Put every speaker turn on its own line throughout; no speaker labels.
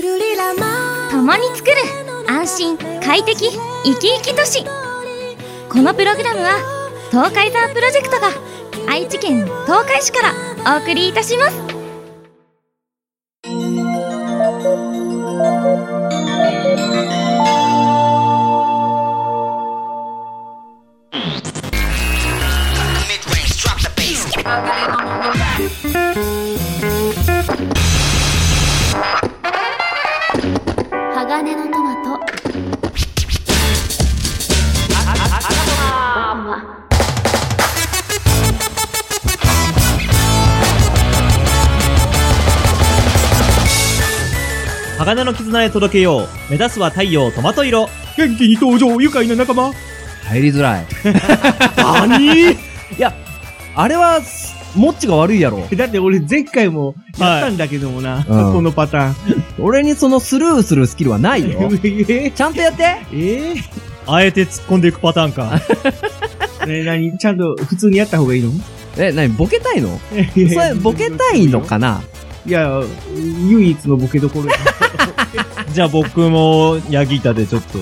共に作る安心快適生き生き都市このプログラムは東海山プロジェクトが愛知県東海市からお送りいたします鋼のトマト
鋼の絆へ届けよう目指すは太陽トマト色
元気に登場愉快な仲間
入り づらい。
何
あれは、もっちが悪いやろ。
だって俺前回もやったんだけどもな、
うん
このパターン。
俺にそのスルーするスキルはない よ。
え
ちゃんとやって
えー
あえて突っ込んでいくパターンか
え、なに、ちゃんと普通にやった方がいいの
え、なに、ボケたいの
い
それ、ボケたいのかない
や、唯一のボケどころや。
じゃあ僕もヤギタでちょっと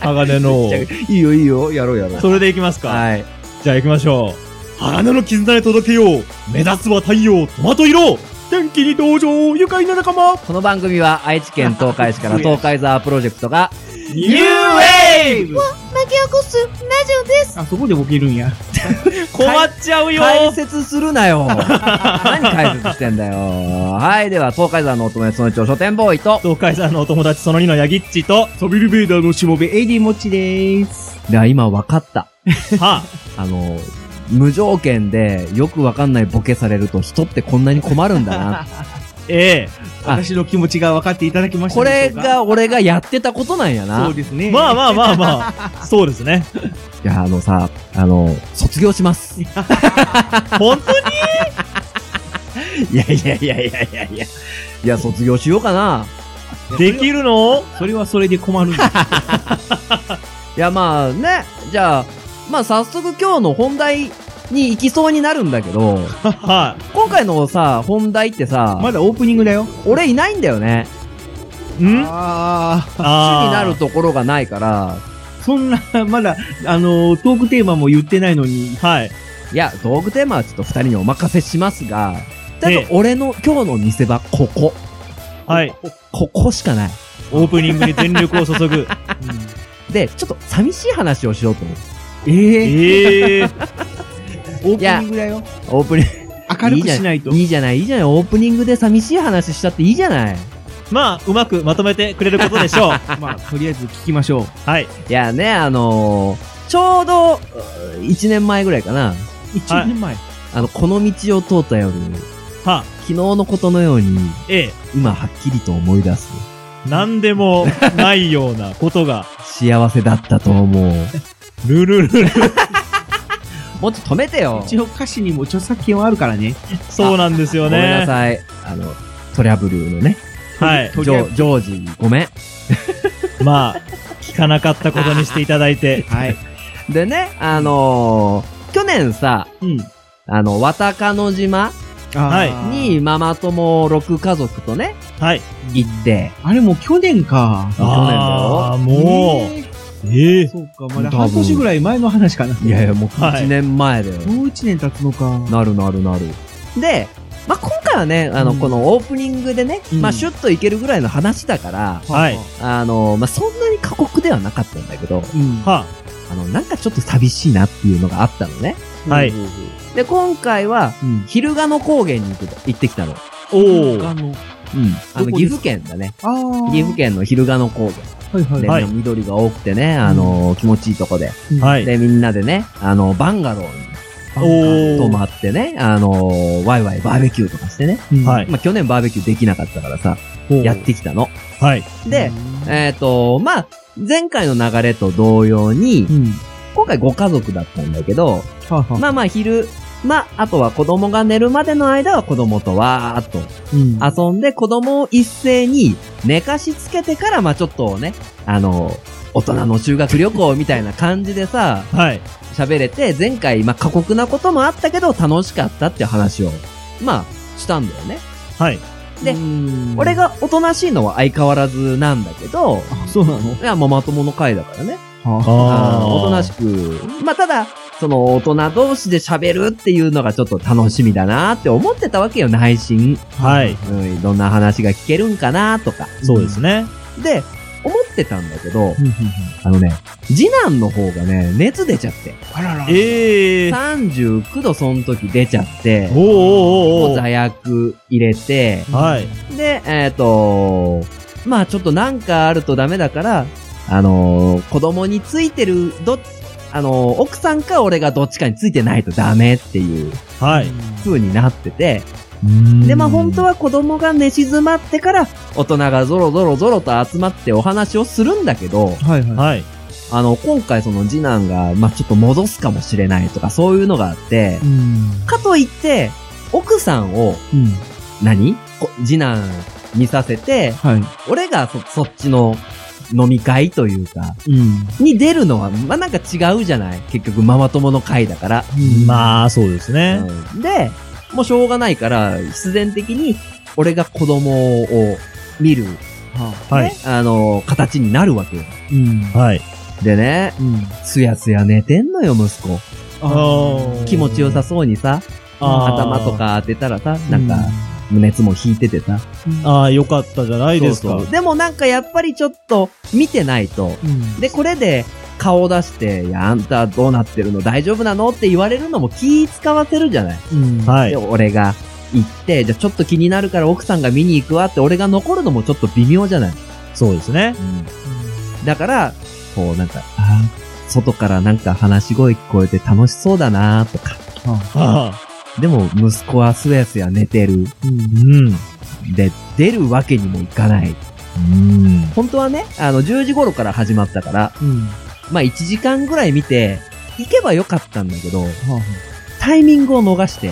鋼のを
いいよいいよ、やろうやろう。
それでいきますか、
はい。
じゃあ行きましょう鋼の絆へ届けよう目指すは太陽トマト色
元気に登場愉快な仲間
この番組は愛知県東海 市から東海ザープロジェクトが、
ニューウェイブ
巻き起こすラジオです
あ、そこでボケるんや。
困っちゃうよ
解説するなよ。 何解説してんだよ。はい、では東海ザーのお友達その一応書店ボーイと、
東海さんのお友達その2のヤギッチと、
サビルベーダーのしもべ、AD もっちでーす。
いや、今わかった。
は
あの、無条件でよくわかんないボケされると人ってこんなに困るんだな。
え
あ
私の気持ちが分かっていただきました
こ
で
れ
しょうか
が俺がやってたことなんやな。
そうです ね。
えまあまあまあまあ、そうですね。
いや、あのさ、あの、卒業します。い
本当に
やいやいやいやいやいや。いや、卒業しようかな。
できるの
それはそれで困るんだ。
いや、まあね、じゃあ、まあ早速今日の本題に行きそうになるんだけど、
は
今回のさ、本題ってさ、
まだオープニングだよ。
俺いないんだよね。
い。ん
あ
主
あ
に
ー
なるところがないから、
あ、そんな、まだ、あの、トークテーマも言ってない のに、
はい。
いや、道具テーマはちょっと二人にお任せしますが、た
え
だ
え
俺の今日の見せ場、ここ。
はい。
ここしかない。
オープニングに全力を注ぐ。
で、ちょっと寂しい話をしようと思う。
ええ
ええ
オープニングだよ。
オープニング。
明るくしないと。
いいじゃない、いいじゃない、オープニングで寂しい話しちゃっていいじゃない。
まあ、うまくまとめてくれることでしょう。
まあ、とりあえず聞きましょう。
はい。
いやね、あのーちょうど、うー1年前ぐらいかな。
1年前。
あの、この道を通った夜、昨
は、
日のことのように、
え
今はっきりと思い出す。
え。なんでもないようなことが、
幸せだったと思う。
ルルルル。
もうちょっと止めてよ。
一応歌詞にも著作権はあるからね。
そうなんですよ
ごめんな
ね。
さい。あの、トラブルのね、
はい。
ジョジョージ、ごめん。
まあ、聞かなかったことにしていただいて。
はい。
でね、あのー去年さ、
うん。
あの、わたかの島
はい
に、ママ友6家族とね、
はい。
行って、
あれもう去年か。
去年だよ
ああ、も
え
う、え
え
え。
そうか、まだ半年ぐらい前の話かな。
いやいや、もう
はい
1年前だよ。
もう1年経つのか。
なるなるなる。で、まあ、今回はね、あの、
うん
このオープニングでね、
うん
まあ、シュッといけるぐらいの話だから、
はい。
あの、まあ、そんなに過酷ではなかったんだけど、
うん。
は、
あの、なんかちょっと寂しいなっていうのがあったのね。
はい。
で、今回は、
うん。
昼賀野高原に行く行ってきたの。
おお。
あの、
うん。あ
ど
の、
こです
岐阜県だね。
ああ。
岐阜県の昼賀野高原。
はいはい
で、
はい。
い
緑が多くてね、あの、気持ちいいとこで。
はい。
で、みんなでね、あの、バンガロー
お
に泊
お。
まってね、あの、ワイワイバーベキューとかしてね。
うん
はい。
まあ、去年バーベキューできなかったからさ、やってきたの。
はい。
で、、えっ、と、まあ、前回の流れと同様に
う、ん。は
今回ご家族だったんだけど、
あはあ
まあまあ昼、まあ、あとは子供が寝るまでの間は子供とわーっと
うん
遊んで、子供を一斉に寝かしつけてから、まあちょっとね、あの、大人の修学旅行みたいな感じでさ、
はい。
喋れて、前回、まあ過酷なこともあったけど楽しかったっていう話を、まあ、したんだよね。
はい。
で、
うん
俺、がおとなしいのは相変わらずなんだけど、
あそうなの
いや、もうまともの会だからね。
あ
おとなしく。まあ、ただ、その大人同士で喋るっていうのがちょっと楽しみだなって思ってたわけよ、内心。
はい。
うん、どんな話が聞けるんかなとか。
そうですね。
で、思ってたんだけど
う、んうんうん
あのね、次男の方がね、熱出ちゃって。
あらら。
ええー。
39度その時出ちゃって
お、ーおーおーお
座
ー
薬入れて、
はい。
で、えっ、と、まあちょっとなんかあるとダメだから、あのー子供についてる、どっ、あのー奥さんか俺がどっちかについてないとダメっていう
はい。
風になってて、で、
で
まあ本当
は。
は子供が寝静まってから、大人がゾロゾロゾロと集まってお話をするんだけど、
はいはい。
はい。
あの、今回その次男が、まあちょっと戻すかもしれないとか、そういうのがあって、
うん。
かといって、奥さんを、
うん。
何こ次男見させて、
はい。
俺がそ、そっちの飲み会というか、
うん。
に出るのは、まあ、なんか違うじゃない結局、ママ友の会だから。
あ、
まあ、そうですね。
うんで、もうしょうがないから、必然的に、俺が子供を見る、ね、
はい。
あの、形になるわけよ。
うん。
はい。
でね、
うん。
すやすや寝てんのよ、息子。
ー
気持ちよさそうにさ、
あー
頭と。か当てたらさ、なんか、熱も引いててさ。
ああ、よかったじゃないですか
そう。そうでもなんかやっぱりちょっと、見てないと、
うん。
で、これで顔出して、いや、あんたどうなってるの大丈夫なのって言われるのも気使わせるじゃない。
うん。い。
はい
で、。俺が行って、じゃあちょっと気になるから奥さんが見に行くわって俺が残るのもちょっと微妙じゃない。
そうですね。
だから、こうなんか、あー外からなんか話し声聞こえて楽しそうだなとか。
ああ。
でも、息子はすやすや寝てる。
うん。
うん。
で、出るわけにもいかない。
うん。
本当はね、あの、10時頃から始まったから、
うん。
まあ1時間ぐらい見て、行けばよかったんだけど、
はあ
タイミングを逃して、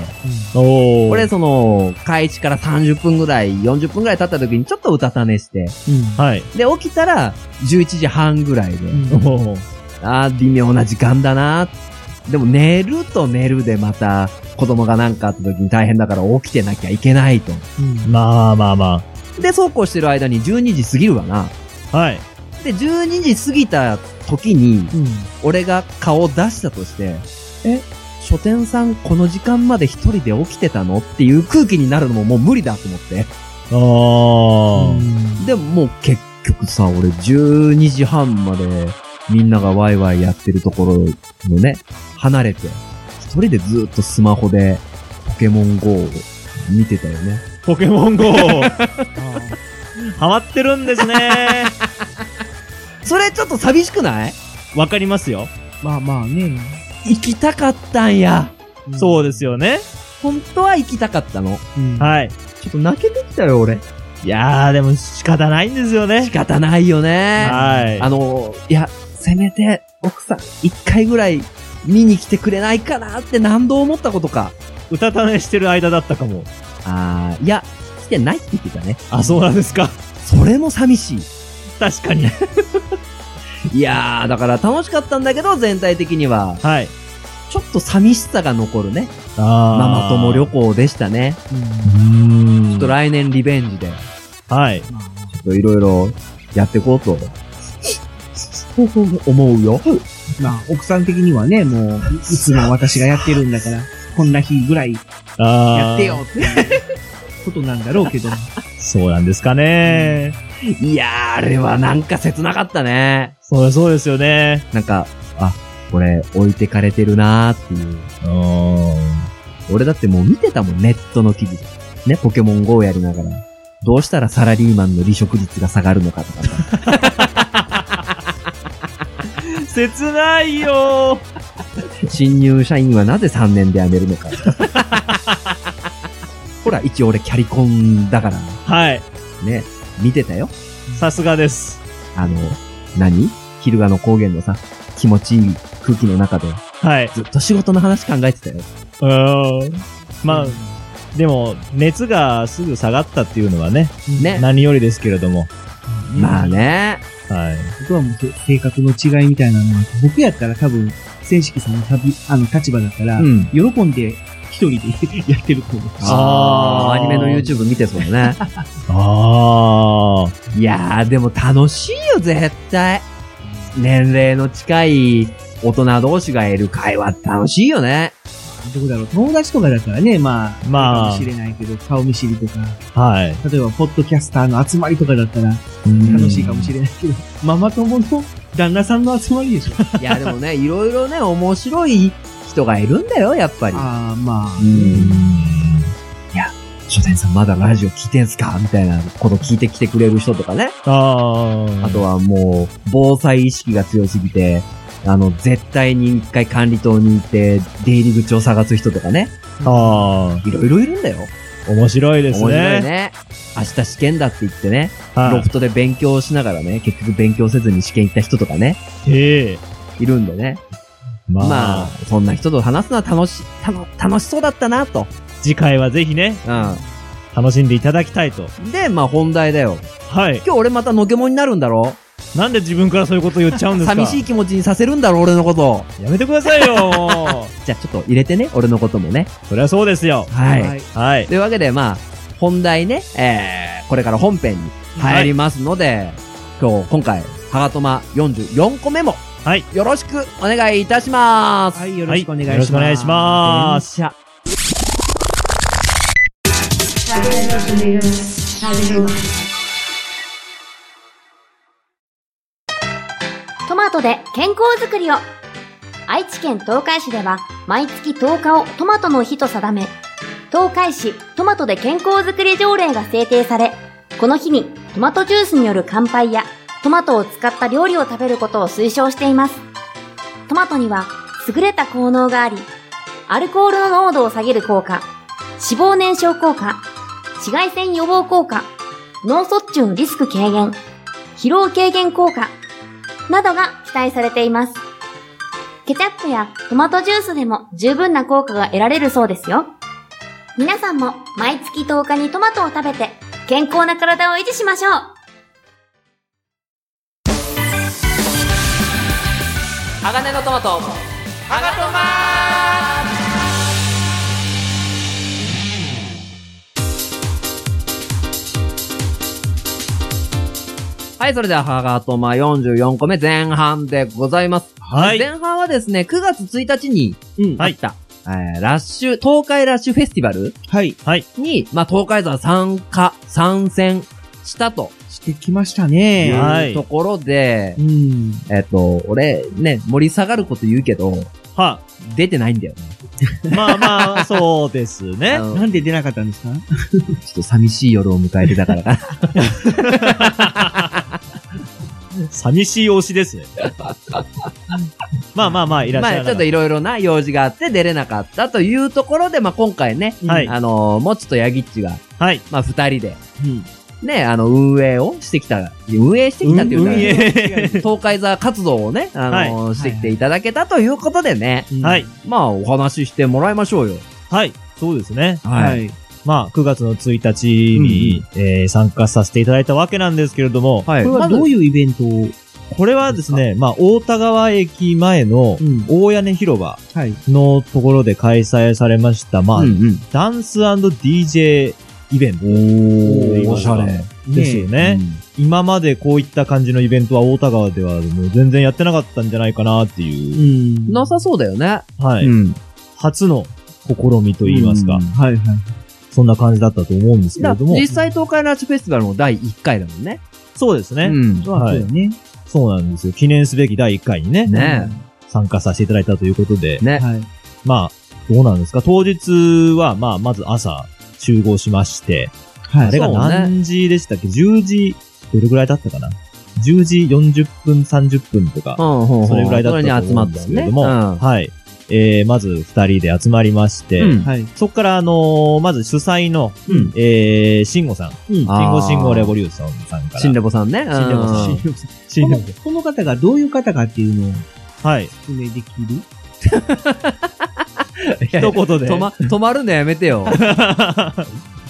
おー。
俺、その、開始から30分ぐらい、40分ぐらい経った時にちょっとうたた寝して、
うん。
はい。
で、起きたら、11時半ぐらいで、
うん
おー
ああ、微妙な時間だな。でも、寝ると寝るでまた、子供がなんかあった時に大変だから起きてなきゃいけないと。
うん。
まあまあま
で、そうこうしてる間に12時過ぎるわな。
あ。はい。
で、12時過ぎた時に、
うん。
俺が顔を出したとして、え、書店さんこの時間まで一人で起きてたのっていう空気になるのももう無理だと思って。
ああ。
でももう結局さ、俺12時半までみんながワイワイやってるところのね、離れて、一人でずっとスマホでポケモン GO を見てたよね。
ポケモン GO! ハ
あ
マってるんですね。
それちょっと寂しくない
わかりますよ。
ーまあまあね。
行きたかったんや。
そうですよね。
本当は行きたかったの。
うん。い。
はい。
ちょっと泣けてきたよ、俺。
いやー、でも仕方ないんですよね
仕。方ないよね。
はい
あの、いや、せめて奥さん一回ぐらい見に来てくれないかなって何度思ったことか。
うたた寝してる間だったかも。
あー、いや、来てないって言ってたね。
あ、そうなんですか。
それも寂しい。
確かに。
いやー、だから楽しかったんだけど、全体的には、
はい。
ちょっと寂しさが残るね。
あー
ママ友旅。行でしたね。
う
ちょっ
ー
と
ん。
来年リベンジで、ち
はい。
ょっといろいろやっていこ うと。思うよ。
まあ、奥さん的にはね、もう、いつも私がやってるんだから、こんな日ぐらい
あー
やってよっていうことなんだろうけど。
そうなんですかね。
いやー、あれはなんか切なかったね。
そう、そうですよね。
なんか、あ、これ置いてかれてるなーっていう。
うーん。
俺だってもう見てたもん、ネットの記事。ね、ポケモン GO やりながら。どうしたらサラリーマンの離職率が下がるのかとか さ。
切ないよ
新入社員はなぜ3年で辞めるのか。 ほら、一応俺キャリコンだから、
はい。
ね、見てたよ。
さすがです。
あの、何昼賀の高原のさ、気持ちいい空気の中で、
はい。う
ずっと仕事の話考えてたよ。
ーん。まあ、でも、熱がすぐ下がったっていうのはね、
ね。
何よりですけれども。
まあね。
はい。
僕はもうせ性格の違いみたいなのがあって僕やったら多分、千式さんの旅、あの、立場だから、
ん。
喜んで一人でやってると思う。
あー
あーアニメの YouTube 見てそうだね。
ああ。
いやー、でも楽しいよ、絶対。年齢の近い大人同士がいる会話楽しいよね。
どうだろう。友達とかだからね、まあ、
まあ
かもしれないけど、顔見知りとか、
はい。
例えば、ポッドキャスターの集まりとかだったら、楽しいかもしれないけど、ママ友の旦那さんの集まりでしょ。
いや、でもね、いろいろね、面白い人がいるんだよ、やっぱり。
ああ、ま
うん。いや、書店さんまだラジオ聞いてんすかみたいなこと聞いてきてくれる人とかね。
ああ。
あとはもう、防災意識が強すぎて、あの、絶対に一回管理棟に行って、出入り口を探す人とかね。
あ
いろいろいるんだよ。
あ。面白いですね。
面白いね。明日試験だって言ってね、ロ
は
フトで勉強しながらね、結局勉強せずに試験行った人とかね、
い。ええ。
いるんでね。
まあ、
まあ、そんな人と話すのは楽し、たの楽しそうだったな、と。
次回はぜひね、
う
楽しんでいただきたいと。
ん。で、まあ本題だよ。
はい。
今日俺またのけもんになるんだろ
なんで自分からそういうこと言っちゃうんですか
寂しい気持ちにさせるんだろ俺のこと。
やめてください よ
じゃあちょっと入れてね、俺のこともね。
そりゃそうですよ。
あ、
はい。
い。
はい。
というわけで、まあ、本題ね、えー、これから本編に入りますので、今日、今回、ハガトマ44個目も、
はい
よろしくお願いいたします。
はい、よろしくお願いします。
よろしくお願いしま
電
す。
車。
トマトで健康づくりを愛知県東海市では毎月10日をトマトの日と定め、東海市トマトで健康づくり条例が制定され、この日にトマトジュースによる乾杯やトマトを使った料理を食べることを推奨しています。トマトには優れた効能があり、アルコールの濃度を下げる効果、脂肪燃焼効果、紫外線予防効果、脳卒中のリスク軽減、疲労軽減効果、などが期待されています。ケチャップやトマトジュースでも十分な効果が得られるそうですよ。皆さんも毎月10日にトマトを食べて健康な体を維持しましょう
鋼のトマト。ハガトマはい、それでは、ハガトマ44個目前半でございます。
はい。
前半はですね、9月1日に、
うん。
あった、えーラッシュ、東海ラッシュフェスティバル
はい。
に、まあ、東海山参加、参戦したと
してきました
い
ね。
は
う
い
ところで、
うん。
えっ、と、俺、ね、盛り下がること言うけど、
は、
出てないんだよね。
まあまあ、そうですね
あ。の
なんで出なかったんですか
ちょっと寂しい夜を迎えてたからか
寂しい推しですね。まあまあまあ、いら
な。
っし
ま
ゃ
あ、
い
ちょっといろいろな用事があって出れなかったというところで、まあ、今回ね、
はい
あのー、もちとやぎっちが、
はい。
まあ、二人で、
うん。
ね、あの、運営をしてきた、運営してきたっていうか、
運営。
東海座活動をね、あの
い
してきていただけたということでね、
うん
は。い。
まあお話ししてもらいましょうよ。
はい。そうですね。
は。い。
まあ、9月の1日に、えー参加させていただいたわけなんですけれども、
はい。
これは
まず
どういうイベントを、
これはですね、まあ、大田川駅前の
うん。
大屋根広場
はい。
のところで開催されました、まあ、
うん
ダンス &DJ イベント
うん。
おーおしゃれですよね。今までこういった感じのイベントは大田川ではもう全然やってなかったんじゃないかなって
う
いう、
ん。
なさそうだよね。
はい、
ん。
初の試みと言いますか、
うん
はいはい。
そんな感じだったと思うんですけれ
だ
ども、
実際東海ラッシュフェスティバルも第1回だもんね。
そうですね、
ん
まあ、そうだね。
そうなんですよ。記念すべき第1回にね、
ね
参加させていただいたということで、
ね。
はい。
まあ、どうなんですか当日は、まあ、まず朝集合しまして、
はい。
あれが
そうね
何時でしたっけ ?10 時、どれぐらいだったかな ?10 時40分、30分とか、
うんうんうん
それぐらいだった
それ
と
に集
思
ま
うん
っ
で
た
す
ん
けれ
ね。
ども、はい。えー、まず二人で集まりまして、
うん。
はい。
そこから、あのーまず主催の、
うん
えー、慎吾さん。
うん
あ
慎吾慎吾レボリューションさんから。
新レボさんね。新
新レボさん
このこの方がどういう方かっていうのを
はい。
説明できる
一言で。
止ま、止まるのやめてよ。あ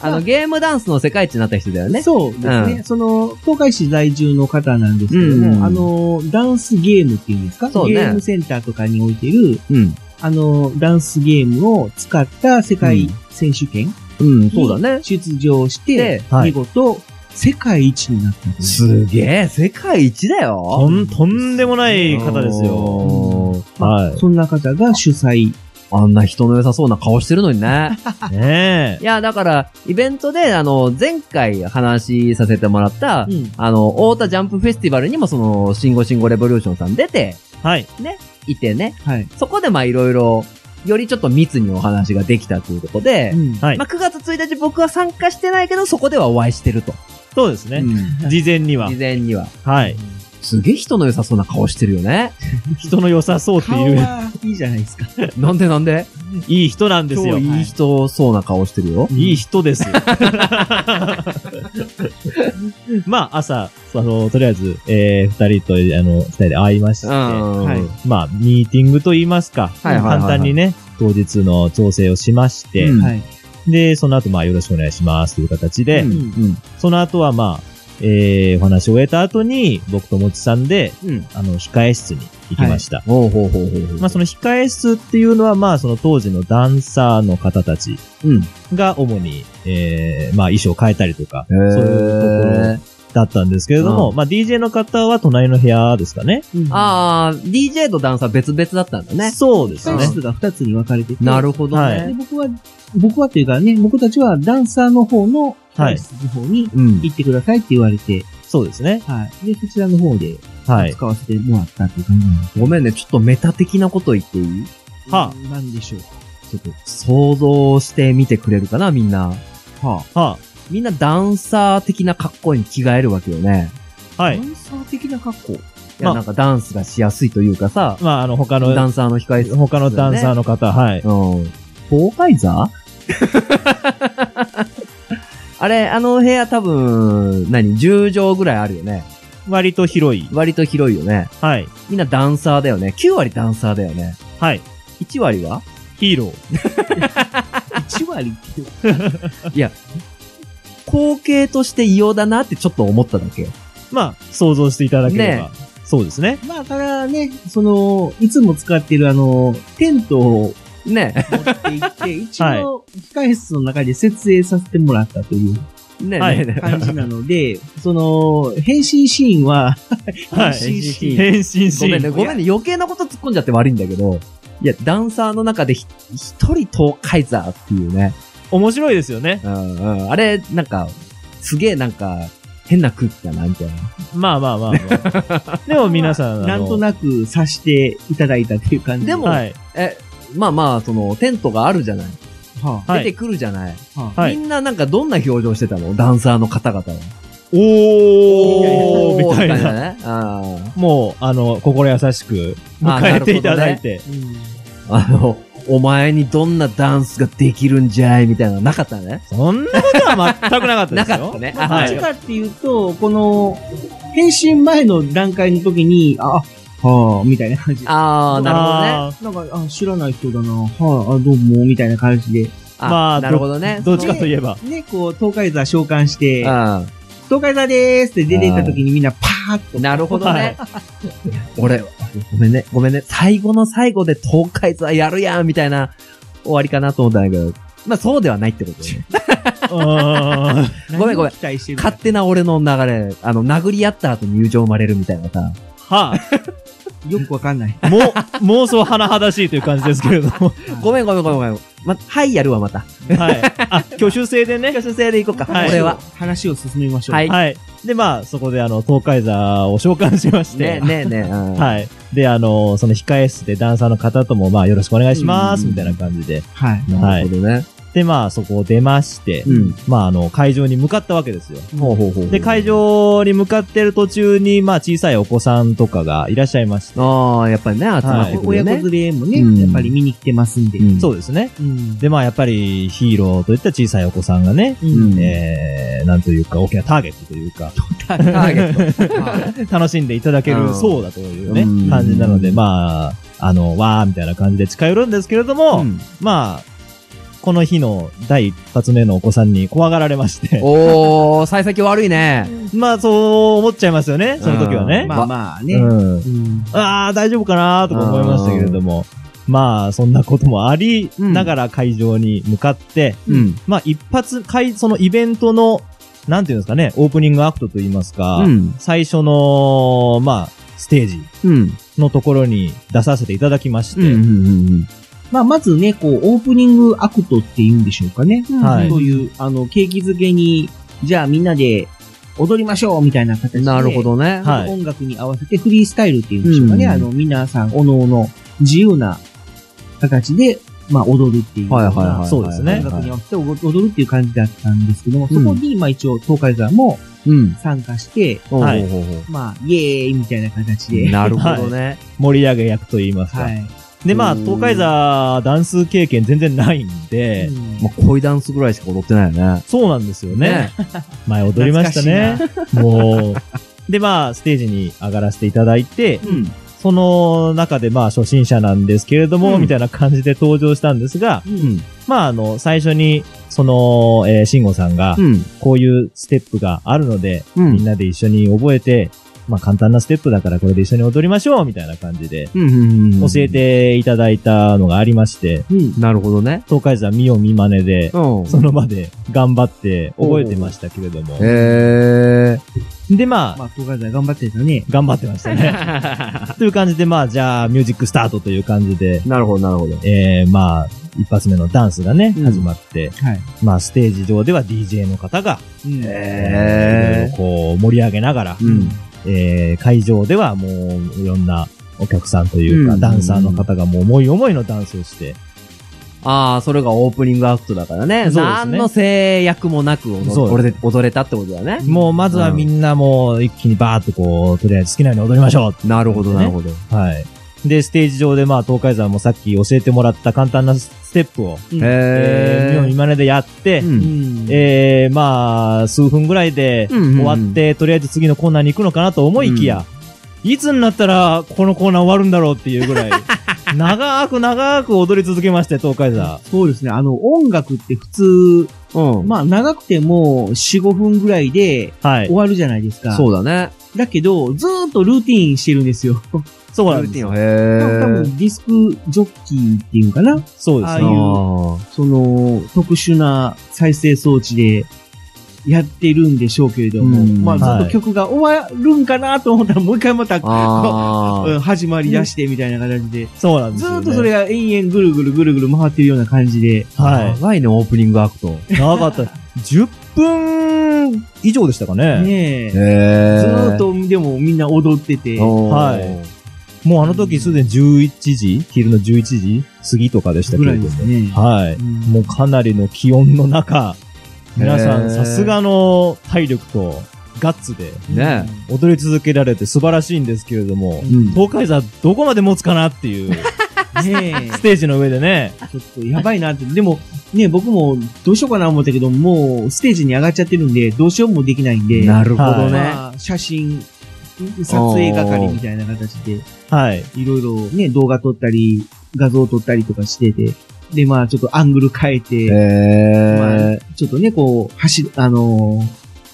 の、ゲームダンスの世界一になった人だよね。
そうですね。
う
その、東海市在住の方なんですけど
うん
も、あの、ダンスゲームっていうんですか、
そうね
ゲームセンターとかに置いてる、
うん。
あの、ダンスゲームを使った世界選手権
うん、
に
そうだね。
出場し
で
て、
はい
見事、世界一になったんです
げえ、世界一だよ
と。ん、とんでもない方ですよ。
よ。
は
そんな方が主催。
あんな人の良さそうな顔してるのにね。
い。ね
いや、だから、イベントで、あの、前回話しさせてもらった、
うん
あの、太田ジャンプフェスティバルにもその、シンゴシンゴレボリューションさん出て
え。はい。
いてね、
はい。
そこでまあいろいろ、よりちょっと密にお話ができたということで、
うん
はい
まあ9月1日僕は参加してないけど、そこではお会いしてると。
そうですね。事前には
事。前には。
はい。
すげえ人の良さそうな顔してるよね。
人の良さそうって
顔
いう、
は、いいじゃないですか。
なんでなんで
いい人なんです
今
よ。
日いい人そうな顔してるよ。
いい人です。 まあ、朝、あの、とりあえず、えー、二人と、あの、二人で会いまして、
うん
はい。まあ、ミーティングと言いますか、
はいはいはいはい
簡単にね、当日の調整をしまして、
うん
はい。
で、その後、まあ、よろしくお願いしますという形で、
うん
その後は、まあ、えー、お話を終えた後に、僕ともちさんで、
うん。うん。
あの、控え室に行きました。
ほうほうほうほうほう。
まあ、その控え室っていうのは、まあ、その当時のダンサーの方たち
うん。
が主に、えー、まあ、衣装を変えたりとか、
へ
そういうところ
ー。
だったんですけれども、
う
まあ DJ の方は隣の部屋ですかね。
ああ、DJ とダンサー別々だったんだね。
そうです
控
ね。
室が2つに分かれてて。
なるほどね。
はい
で僕は、僕はっていうかね、僕たちはダンサーの方の、
は
はいい。の方に
うん。
行ってくださいって言われて、
そうですね。
はい。で、そちらの方で
はい。
使わせてもらったっていう感じなんです。
ごめんね、ちょっとメタ的なこと言っていい
は
なんでしょう。
ちょっと想像してみてくれるかな、みんな。
は
あ、は
みんなダンサー的な格好に着替えるわけよね。
あ、はい
ダ。ンサー的な格好
いや、
まあ
なんかダンスがしやすいというかさ、
まあ、あの、他
ダ
の、
ンサーの控え室。
他のダンサーの方、はい。
うん。ボーカイザ ーあれ、あの部屋多分、何 ?10 畳ぐらいあるよね。
割と広い。
割と広いよね。
はい。
みんなダンサーだよね。9割ダンサーだよね。
はい。
1割は
ヒーロー。
?1 割っていう。
光景として異様だなってちょっと思っただけよ。
まあ、想像していただければ。
ね
そうですね。
まあ、ただね、その、いつも使ってるあの、テントを
ね
持って行って、一
はい
応、控室の中で設営させてもらったという
え。ねえ、
はい
ねえね
感じなので、その、変身シーンは、
はい。
変身シーン
変身シ
え。ごめんね、
ーン。
ごめんね、余計なこと突っ込んじゃって悪いんだけど、いや、ダンサーの中でひ一人東海ザーっていうね。
面白いですよね。
うんうん。あれ、なんか、すげえなんか、変な空気だな、みたいな。
まあまあまあまあ。でも皆さん、
なんと
く。
なくさしていただいたっていう感じ
でも
はい。
え、まあまあ、その、テントがあるじゃない。
は
は
出
い
てくるじゃない。
あはあ
はい
みんななんかどんな表情してたのダンサーの方々は。
おー、みたい
みたい
な。
なね。あ
もう、あの、心優しく
あ
迎えていただいて。
ーあの、お前にどんなダンスができるんじゃいみたいなのなかったね。
そんなことは全くなかったで
な
すよ。
かったね。
まあ
あは
どっ
い
ちかっていうと、この、変身前の段階の時に、あ、はあ、みたいな感じ。なんか、
ああ、なるほどね。
あー
あ、知らない人だな、はあ、あどうも、みたいな感じで。
あ
まあ
なるほどね。
どっちかといえば。
ね、こう、東海座召喚し
う
て、
ん。
東海座でーすって出て行った時にみんなパーッと。
なるほどね。俺、ごめんね、ごめんね。最後の最後で東海座やるやんみたいな終わりかなと思ったんだけど。まあそうではないってことね。
うーん
ごめんごめん
期待してる
勝手な俺の流れ、あの、殴り合った後に友情生まれるみたいなさ。
は
よくわかんない。
あ、も、妄想甚だしいという感じですけれど も。
ごめんごめんごめんごめん。ま、はい、やるわ、また。
はい。あ、挙手制でね。
挙手制でいこうか、
はい
俺は。
話を進めましょう。
はい
はい。で、まあ、そこで、あの、東海座を召喚しまし
ね
て。
ねね、うん
はい。で、あの、その控え室でダンサーの方とも、まあ、よろしくお願いします、
うん
みたいな感じで。
はい。
なるほどね。
で、まあ、そこを出まして、
うん。
まあ、あの、会場に向かったわけですよ。
ほうほうほう。
で、会。場に向かってる途中に、まあ、小さいお子さんとかがいらっしゃいまして。
ああ、やっぱりね、集まってくる
親
よ
子
ね
連。れもね、
うん
やっぱり見に来てますんで。
うん
そうですね。
うん
で、まあ、やっぱりヒーローといった小さいお子さんがね、
うん
えー、なんというか、大きなターゲットというか、
ターゲット。
楽しんでいただけ
う
る
ん
そうだというね
うん、
感じなので、まあ、あの、わーみたいな感じで近寄るんですけれども、
うん
まあ、この日の第一発目のお子さんに怖がられまして、
おー、幸先悪いね。
まあそう思っちゃいますよね、その時はね。
まあまあね。
うん。
うん
ああ、大丈夫かなーとか思いましたけれども。まあ、そんなこともあり、
うん
ながら会場に向かって、
うん。
まあ一発、会、そのイベントの、なんていうんですかね、オープニングアクトといいますか、
うん。
最初の、まあ、ステージ
うん。
のところに出させていただきまして、
うん。
まあ、まずね、こう、オープニングアクトって言うんでしょうかね。
はい
そういう、あの、景気づけに、じゃあみんなで踊りましょうみたいな形で。
なるほ。どね。
はい
音楽に合わせてフリースタイルっていうんでしょうかね。
うん
あの、皆さん、おのおの自由な形で、まあ、踊るっていう。
はいはいはいはい。
そうですね
音楽に合わせて踊るっていう感じだったんですけども、そこに、まあ一応、東海山も
うん。
参加して、
はい
ほうほうほうほ
まあ、イエーイみたいな形
う
で。
なるほどね。
盛り上げ役といいますか。
はい。
で、まあ、
うん
東海座ダンス経験全然ないんで、
うん
まあ、恋ダンスぐらいしか踊ってないよね。
そうなんですよね。前踊りましたね。もう。で、まあ、ステージに上がらせていただいて、
うん。
その中でまあ、初心者なんですけれども、
うん
みたいな感じで登場したんですが、
うん。
まあ、あの、最初に、その、えー、慎吾さんが
う、ん。
こういうステップがあるので、
うん
みんなで一緒に覚えて、まあ、簡単なステップだからこれで一緒に踊りましょう、みたいな感じで、
うんうんうん。
教え。ていただいたのがありまして、
なるほどね。
東海座見よう見真似で、
うん。
その場で頑張って覚えてましたけれども。
へえ。
で、まあ、
まあ、東海山頑張ってたね。
頑張ってましたね。 という感じで、まあ、じゃあ、ミュージックスタートという感じで、
なるほど、なるほど。
えー、まあ、一発目のダンスがね、
うん
始まって、
はい。
まあ、ステージ上では DJ の方が、
うん
えーいろいろこう、盛り上げながら、
うん。
えー、会場ではもう、いろんなお客さんというか、
うん
ダンサーの方がもう思い思いのダンスをして、
ああ、それがオープニングアクトだから
そう
ね。
ですね
何の制約もなく踊
そう
踊れ踊れたってことだね。
もう、まずはみんなもう、一気にバーってこう、とりあえず好きなように踊りましょう
なるほど、
ね
なるほど。
はい。で、ステージ上で、まあ、東海山もさっき教えてもらった簡単なステップを、
へ
えー、
え。
今までやって、
うん。
えー、まあ、数分ぐらいで
うんうんうん
終わって、とりあえず次のコーナーに行くのかなと思いきや、いつになったら、このコーナー終わるんだろうっていうぐらい、 長く長く踊り続けまして、東海山。
そうですね。あの、音楽って普通、
うん。
まあ、長くても4、5分ぐらいで
はい
終。わるじゃないですか。
そうだね。
だけど、ずーっとルーティーンしてるんですよ。
そうなん
ル
です
ーティン
よ。
をへ
多
え。
分、ディスクジョッキーっていうかな。
そうです
ああ
ね
いう。
あ
その、特殊な再生装置でやってるんでしょうけれども、
うん
まあ、ずっ
は
と
い
曲が終わるんかなと思ったら、もう一回また、
あ
うん始まり出してみたいな形で、
そうなんです
ず
よ、
ー
ね。
っとそれが延々ぐるぐるぐるぐる回ってるような感じで、
あ。
は
長いね、オープニングアクト。
い。長かった。10分以上でしたかね。
ねえ、ず
え
ーっ。と、でもみんな踊ってて、
は
はい
もうあの時すでに11時、昼の11時過ぎとかでしたけ
ぐら
れ
い
ど
で
も。
すね。
は
う
い。
ん
もうかなりの気温の中、皆さ
へ
ん
ー
さすがの体力とガッツで
い。ね
踊り続けられて素晴らしいんですけれども、
うん。
東海座どこまで持つかなっていう
ね
ステージの上で ね。
え、ちょっとやばいなって。でも、ね僕もどうしようかな思ったけど、もうステージに上がっちゃってるんで、どうしようもできないんで、
なるほ
ほ
ど
ど
ね。
まあ、写真、撮影係みたいな形で、
はい。
いろいろね、動画撮ったり、画像撮ったりとかしてて、で、まあ、ちょっとアングル変え
へ
て、ま
え
あ。、ちょっとね、こう、走、あの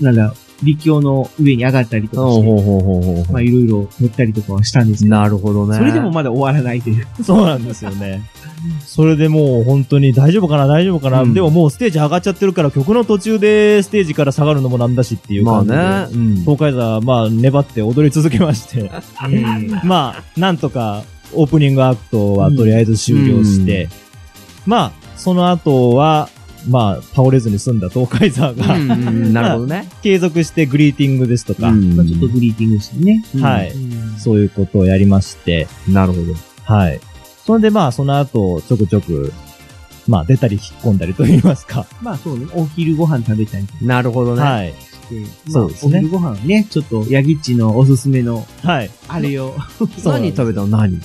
ーなんだ、陸橋の上に上がったりとか
ほう
して、
ほうほうほうほうほ
まあ、いろいろ撮ったりとかはしたんです
う。
けど、
なるほどね。
それでもまだ終わらないという。
そうなんですよね。それでもう本当に大丈夫かな大丈夫かな、
うん
でももうステージ上がっちゃってるから曲の途中でステージから下がるのもなんだしっていう
ま
感じで。
あね。うん。
東海座、まあ、粘って踊り続けま して、
え
まあ、なんとか、オープニングアクトはとりあえず終了して、まあ、その後は、まあ、倒れずに済んだ東海座が、
うんうんうんなるほどね。
継続してグリーティングですとか、
えまあ、ちょっとグリーティングしてね。
はい
うん
そういうことをやりまして、
なるほど。
はい。それでまあ、その後、ちょくちょく、まあ、出たり引っ込んだりと言いますか、
まあ、そうね、お昼ご飯食べたりとか
なるほどね。
はい。
して、まあ
そうですね
お昼ご飯ね、ちょっと、ヤギっちのおすすめの、
はい。
あれ を、
そうなん
何
です
食べたの何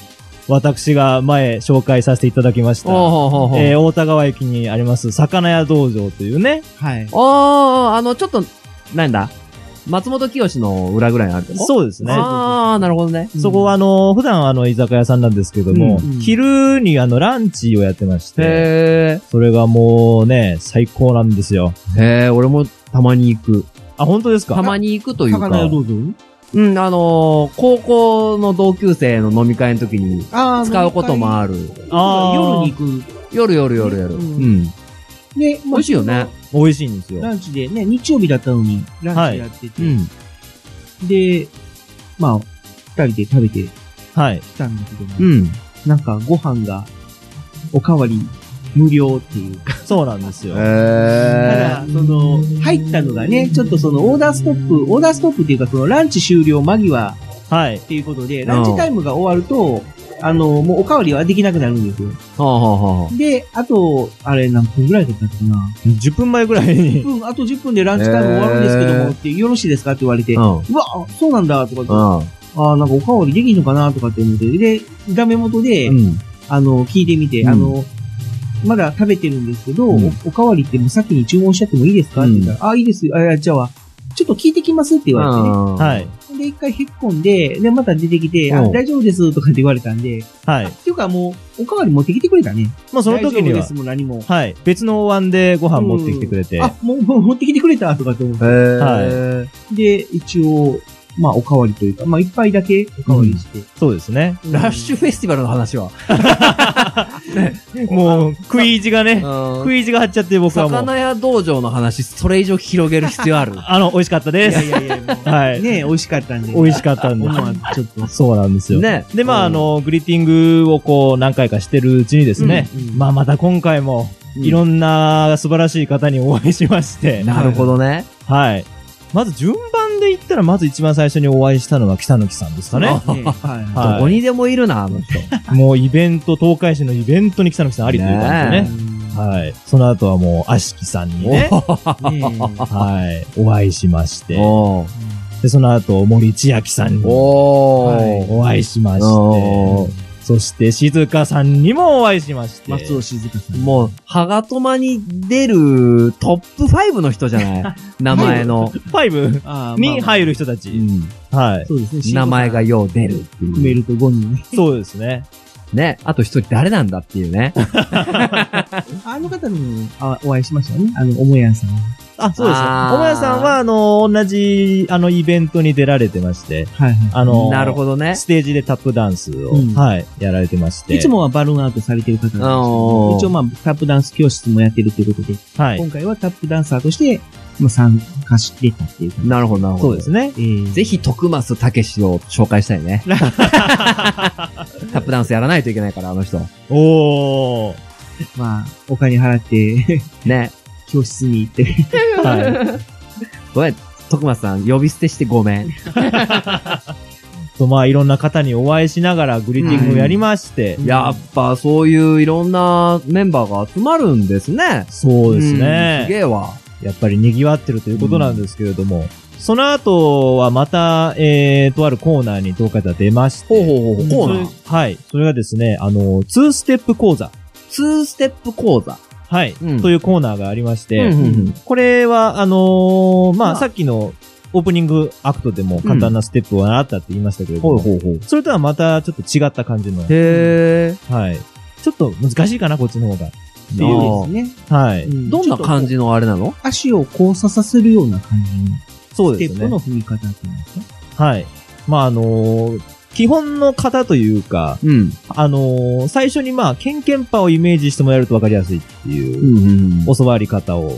私が前紹介させていただきました、
ほうほうほう
えー大田川駅にあります、魚屋道場というね、
はい。
あーあの、ちょっと、なんだ松本清の裏ぐらいにあるとこ
そうですね。
あああ、なるほどね。
そこは、あの、普段、あの、居酒屋さんなんですけども
うんうん、
昼に、あの、ランチをやってまして、
へ
それがもうね、最高なんですよ。
え。へえ、俺もたまに行く。
あ、本当ですか
たまに行くというか。
魚屋どうぞ。
うん、あのー高校の同級生の飲み会の時に
あ
使うことも
る。
ある。
あー
夜に行く。
夜夜夜夜。
う
うんん。
で、
美味しいよね。
美味しいんですよ。
ランチでね、日曜日だったのに、ランチやってて、
うん。
で、まあ、二人で食べて
はい。
きたんだけども、
うん。
なんかご飯が、おかわり、無料っていうか、
そうなんですよ。
た
へ
だ、その、入ったのがね、ちょっとその、オーダーストップ、オーダーストップっていうか、その、ランチ終了間際
はい
っ。ていうことで、
ん
ランチタイムが終わると、あの、もうおかわりはできなくなるんですよ。
はあはあはあ。
で、あと、あれ何分ぐらいだったかな。
10分前ぐらい に、
うん、あと10分でランチタイム終わるんですけど
へ
も、
ー
って、よろしいですかって言われて、
うん。
うわ、そうなんだ、とかって、あ
う
あー、なんかおかわりできんのかな、とかって思って、で、ダメ元で、
ん。うん。
あの、聞いてみて、
うん
あの、まだ食べてるんですけど、
うん
おおかわりってもう先に注文しちゃってもいいですか、って言ったら、あ、いいですよ。あ、じゃあ、ちょっと聞いてきますって言われてね。
は
はい。。
で、一回へっこんで、で、また出てきて、あ
うん
大丈夫ですとかって言われたんで、
はい
あっ。ていうかもう、おかわり持ってきてくれたね。
まあ、その時に
大丈夫で
は
す、もう何も。
はい。別のお椀でご飯持ってきてくれて、
あ、もう、もう持ってきてくれたとかって思って。
へえ。
で、一応、まあ、おかわりというか、まあ、一杯だけおかわりして。
そうですね。
うん
ラッシュフェスティバルの話は。
もう、食い意地がね、食い意地が張っちゃって、僕はもう、
魚屋道場の話、それ以上広げる必要ある
あの、美味しかったで
いや
す。
いやいや、もう
はい。
ね美味しかったんで。
美味しかったんで
僕はちょっと。
そうなんですよ。
ね
で、まあ、
うん
あの、グリーティングをこう、何回かしてるうちにですね、
うんうん
まあ、また今回も、いろんな素晴らしい方にお会いしまして、
なるほどね。
はい。まず順番で言ったら、まず一番最初にお会いしたのは北野木さんですかね。
ねはい。
ど
はい
こにでもいるな、あの人。
もうイベント、東海市のイベントに北野木さんありという感じでね。はい。その後はもう、しきさんにね、
ね
はい、お会いしまして、
おー
で、その後、森千秋さんに
お
はい
ー
お会いしま
お
して、そして静香さんにもお会いしまして、
松尾静香さん。
もう、はがとまに出るトップ5の人じゃ ない名前の。
5
あー
に入。
まあま
る人た
う
ち。
ん
はい。
あそうですね。
名前が
慎
よう出るって
吾さん含
い
め
う。
ると5人ね。
そうですね。
ね。あと一人誰なんだっていう ね。
あの方にもあお会いしましたね。あの、おもやんさん。
あ、そうですね。
あー
小林さんは、あの、同じ、あの、イベントに出られてまして、
はいは
あの、
なるほどね。
ステージでタップダンスを、
うん
はい、やられてまして。
い。いつもはバルーンアートされてる方なんですけど
おー
一応まあ、タップダンス教室もやってるということで、
はい。
今回はタップダンサーとして、まあ、参加してたっていうか、
なるほど、なるほど。
そうですね。
えー
ぜひ、徳松たけしを紹介したい ね。タップダンスやらないといけないから、あの人。
おー。
まあ、お金払って、
ね。
教室に行って、
はい。
ごめん、徳松さん、呼び捨てしてごめん。
と、まあ、いろんな方にお会いしながら、グリーティングをやりまして、
やっぱ、そういういろんなメンバーが集まるんですね。
そうです
うんすげ
ね。
えわ。
やっぱり賑わってるということなんですけれども、その後はまた、えー、とあるコーナーに東海座出まして、
ほうほうほう、コーナー
そ。れはい。それがですね、あの、2ステップ講座。
ツーステップ講座。
はい。
うん
というコーナーがありまして、
うんうんうん
これは、あのーま
まあ
あ、さっきのオープニングアクトでも簡単なステップを習ったって言いましたけれども、
ほうほう。
それとはまたちょっと違った感じの、
へえ。
はい。ちょっと難しいかな、こっちの方が。
っていうですね。
はい。
うん
どんな感
ちょっとこ
じのあれなの
う足を交差させるような感じの、
そう
ステ
です
ップ
ね
の。踏み方っていうんですか
はい。まあ、あのー基本の型というか、
うん。
あのー最初にまあ、ケンケンパをイメージしてもらえるとわかりやすいって
う
いうん
うん
教わり方を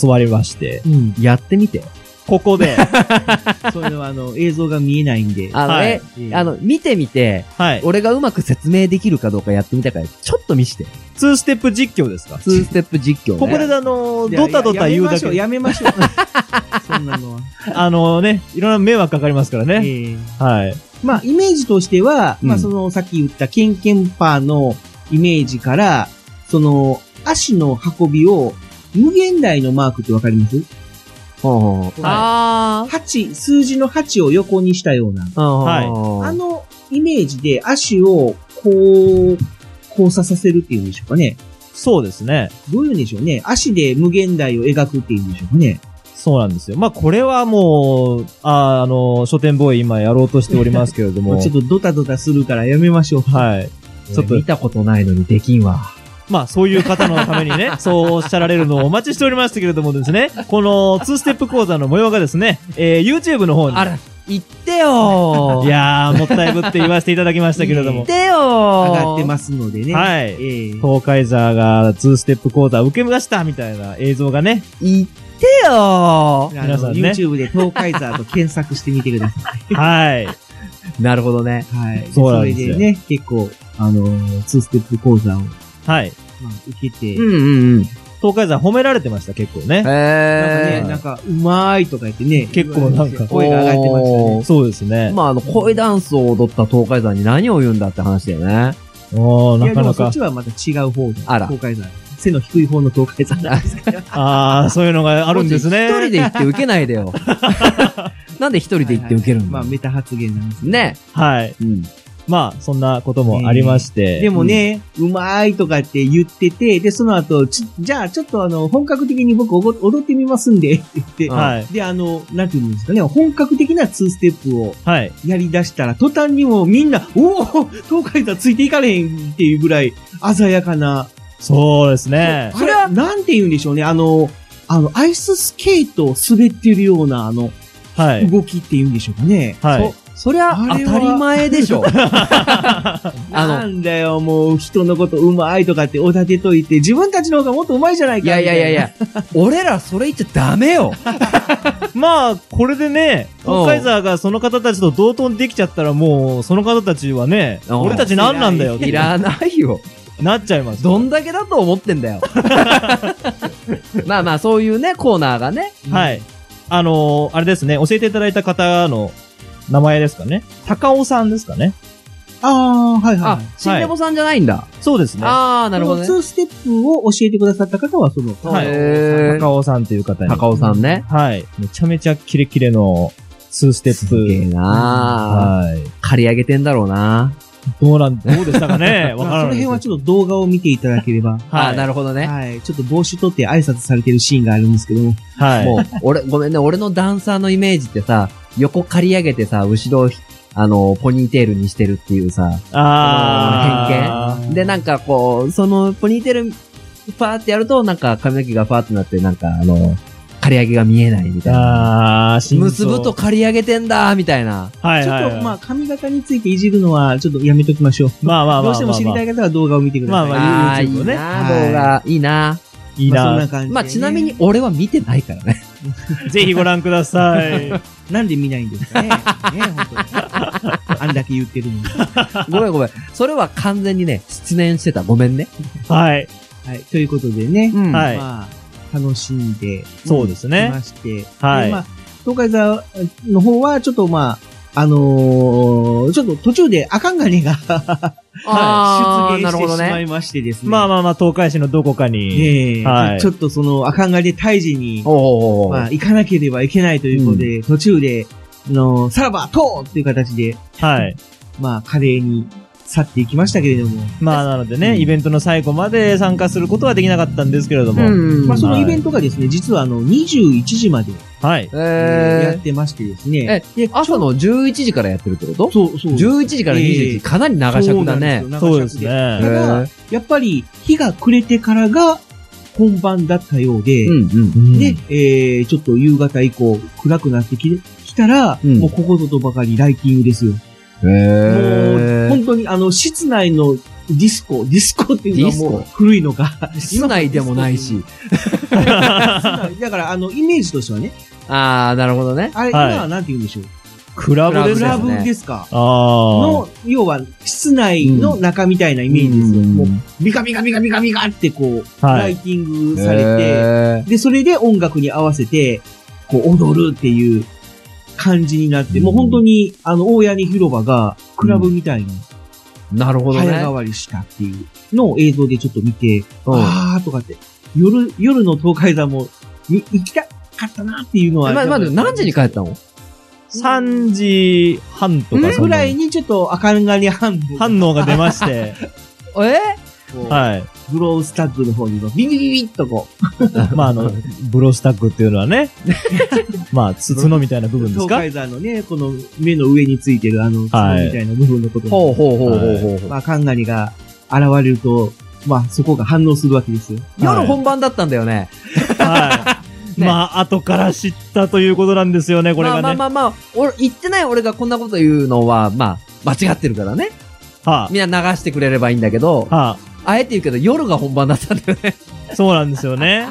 教わりまして、
うん。
やってみて。
ここ で、
そういうのは、あの、映像が見えないんで。
あの、
はい
え
えー
あの、、見てみて、
はい。
俺がうまく説明できるかどうかやってみたから、ちょっと見して。
2ステップ実況ですか
ツーステップ実況ね。
ここで、あのー
いや
ドタドタ言うだけで、
やめましょう、やめまし ょう。そんなのは。
あのね、いろんな迷惑かかりますから
え
ね。
ー
はい。
まあ、イメージとしては、
うん
まあ、その、さっき言ったケンケンパーのイメージから、その、足の運びを、無限大のマークってわかります
ほうほうほうあ
?8、数字の8を横にしたような。
ー。
はい
あ
い。
の、イメージで足を、こう、交差させるっていうんでしょうかね。
そうですね。
どういうんでしょうね。足で無限大を描くっていうんでしょうかね。
そうなんですよ。まあ、これはもう、あーあの、書店ボーイ今やろうとしておりますけれど
も
も。
うちょっとドタドタするからやめましょう。
はい。ちょっと
見たことないのにできんわ。
まあ、そういう方のためにね、 そうおっしゃられるのをお待ちしておりましたけれどもですね、この2ステップ講座の模様がですね、えー YouTube の方に。
あら、言ってよー。
いやー、もったいぶって言わせていただきましたけれど
言
も
っ。てよー。
上がってますのでね。
は
え
い。
ー
東海座が2ステップ講座受けましたみたいな映像が ね、
す。言ってよ
あの
皆さんね
YouTube で東海ザーと検索してみてくださ
はい。
ー。なるほどね。
い。はい。
そうなんですよ
それでね、結構、あのー、2ステップ講座を、ま
はい。
あ、受けて、
うんうんうん。
東海座褒められてました、結構ね。
なんか
へ
ね、なんか、うまーいとか言ってね、
結構なんか
声が上がってましたね。
そうですね。
まあ、あの、恋ダンスを踊った東海山に何を言うんだって話だよね。
おー
い
な
や、で
か
も
な
そっ
か
ち。はまた違う方で、
あら
東海ザー。背の低い方の東海ザーなんですけど。
あー、そういうのがあるんですね。
一人で行って受けないで よ。なんで一人で行って受けるん
ま
だ
あ、メタ発言なんですけど。
ね。
はい。
うん。
まあ、そんなこともありまして。
でもね、うまーいとかって言ってて、で、その後、ちじゃあちょっとあの、本格的に僕おご踊ってみますんで、って言って、
はい。
で、あの、なんていうんですかね、本格的な2ステップを
はい。
やり出したら、途端にもうみんな、おお東海座ついていかれへんっていうぐらい、鮮やかな。
そうですね。
それは、なんて言うんでしょうね、あの、あの、アイススケートを滑ってるような、あの、
はい。
動きって言うんでしょうかね。
はい。
そ、そりゃ
あ
当
れは
たり前でしょ。あの
なんだよ、もう、人のことうまいとかっておだてといて、自分たちの方がもっとうまいじゃないか。
いやいやいやいや、 俺らそれ言っちゃダメよ。
まあ、これでね、
うん
東海座がその方たちと同等にできちゃったらもう、その方たちはね、
うん
俺たち何なんだよっ
い
て
らないよ。
なっちゃいます。
どんだけだと思ってんだよ。まあまあ、そういうね、コーナーがね。
はい。あのー、あれですね、教えていただいた方の名前ですかね。高尾さんですかね。
ああ、はいは
あ
い。、
新レボさんじゃないんだ。
そうですね。
ああ、なるほど
こ
ね。
の2ステップを教えてくださった方は、その、
はい
へー
高尾さんという方に。
高尾さんね。
はい。めちゃめちゃキレキレの2ステ
すげえ
ップ。
な
はい。
借り上げてんだろうな
どうなん、どうでしたかねわ
ま
から
あ、
な
その
いです。
辺はちょっと動画を見ていただければ、
あ
は
ー
い。
なるほどね。
はい。ちょっと帽子取って挨拶されてるシーンがあるんですけども。
はい。
もう、俺、ごめんね、俺のダンサーのイメージってさ、横刈り上げてさ、後ろをひ、あの、ポニーテールにしてるっていうさ、
あー。
で、なんかこう、その、ポニーテール、ファーってやると、なんか髪の毛がファーってなって、なんかあの、刈り上げが見えないみたいな。
あー、真
結
相
ぶと、刈り上げてんだみたいな。
はい
ちょ
はい
っ
はい。
と、まあ、髪型についていじるのは、ちょっとやめときましょう。
まあまあまあまあ
どうしても知りたい方は動画を見てください。
まあ
ああー、い
YouTube
い
をね
な動画、いいない
い
まあそ
な
んな。感じでね。
まあ、ちなみに、俺は見てないからね。
ぜひご覧くださ い。
なんで見ないんですかね。ね、本当に。あんだけ言ってるのに。
ごめんごめん。それは完全にね、失念してた。ごめんね。
はい。
はい。ということでね。
うん
はい
まあ、楽しんで、
そうです
き
ね
ま。して。
はい
でまあ、東海座の方は、ちょっとまあ、あのーちょっと途中でアカンガニが
あ
出
あ、
現
な
し
る
て
ほど
しま
ね。
いましてですね。
まあまあまあ、東海市のどこかに。
ええ
はい
ちょっとその、アカンガニで退治に、
お
まあ、
ー。
行かなければいけないということで、途中で、あの、さらば、とうっていう形で、
はい。
まあ、華麗に去っていきましたけれども、
まあ、なのでね、イベントの最後まで参加することはできなかったんですけれども。
うん。
まあ、そのイベントがですね、実はあの、21時まで、
はい。
え
や
ー
ってましてですね、で
朝の11時からやってるってこと
そうそう。
11時から
え
20
え
時、かなり長尺だね。
そうです
へ
長尺
ね。
でただ
ー
やっぱり、日が暮れてからが本番だったようで、
うんうん。
で、えー、ちょっと夕方以降、暗くなってききたら、
うん
もうここぞとばかりライティングですよ。もう、
へー
本当にあの、室内のディスコ、ディスコっていうのはも
ディ
う
ス
古いのか。
室内でもないし。
室内だから、あの、イメージとしてはね、
ああ、なるほどね。
あれ、
はい
今はなんて言うんでしょう。
クラブです
ク
ク
ね
ラ
ラ
ブ
ブですね
ですか。
あ
の、要は、室内の中みたいなイメージですよ。
うん
もう、ビカビカビカビカビカってこう、
あ。は
ライ
い。
ティングされて、
へー
で、それで音楽に合わせて、こう、踊るっていう感じになって、
うん
もう本当に、あの、大屋根広場が、クラブみたいに
なるほど
早
ね
変。わりしたっていうのを映像でちょっと見て、
うん
あーとかって、夜、夜の東海座も、に行きたかったなっていうのは。
えま、ま、何時に帰ったの
3時半とかそんな
ぐらいにちょっと赤んがり反応。
反応が出まして。
え
こう、
はい。
ブロースタッグの方にもビビビビッとこ
まあ、あの、ブロスタックっていうのはね、まあ、筒のみたいな部
う、
分です
東
か
海山のね、この目の上についてるあの、
はい
みたいな部分のこと
ほう
も、
ほうほうほうほうほう。
まあ、カンガリが現れると、まあ、そこが反応するわけですよ。
夜本番だったんだよね。
はい。
ね
まあ、後から知ったということなんですよね、これ
まあ
がね。
まあまあまあ、俺、言ってない俺がこんなこと言うのは、まあ、間違ってるからね。
は
みんな流してくれればいいんだけど
あ、、は
あえて言うけど夜が本番だったんだよ ね。
あ、そうなんですよね。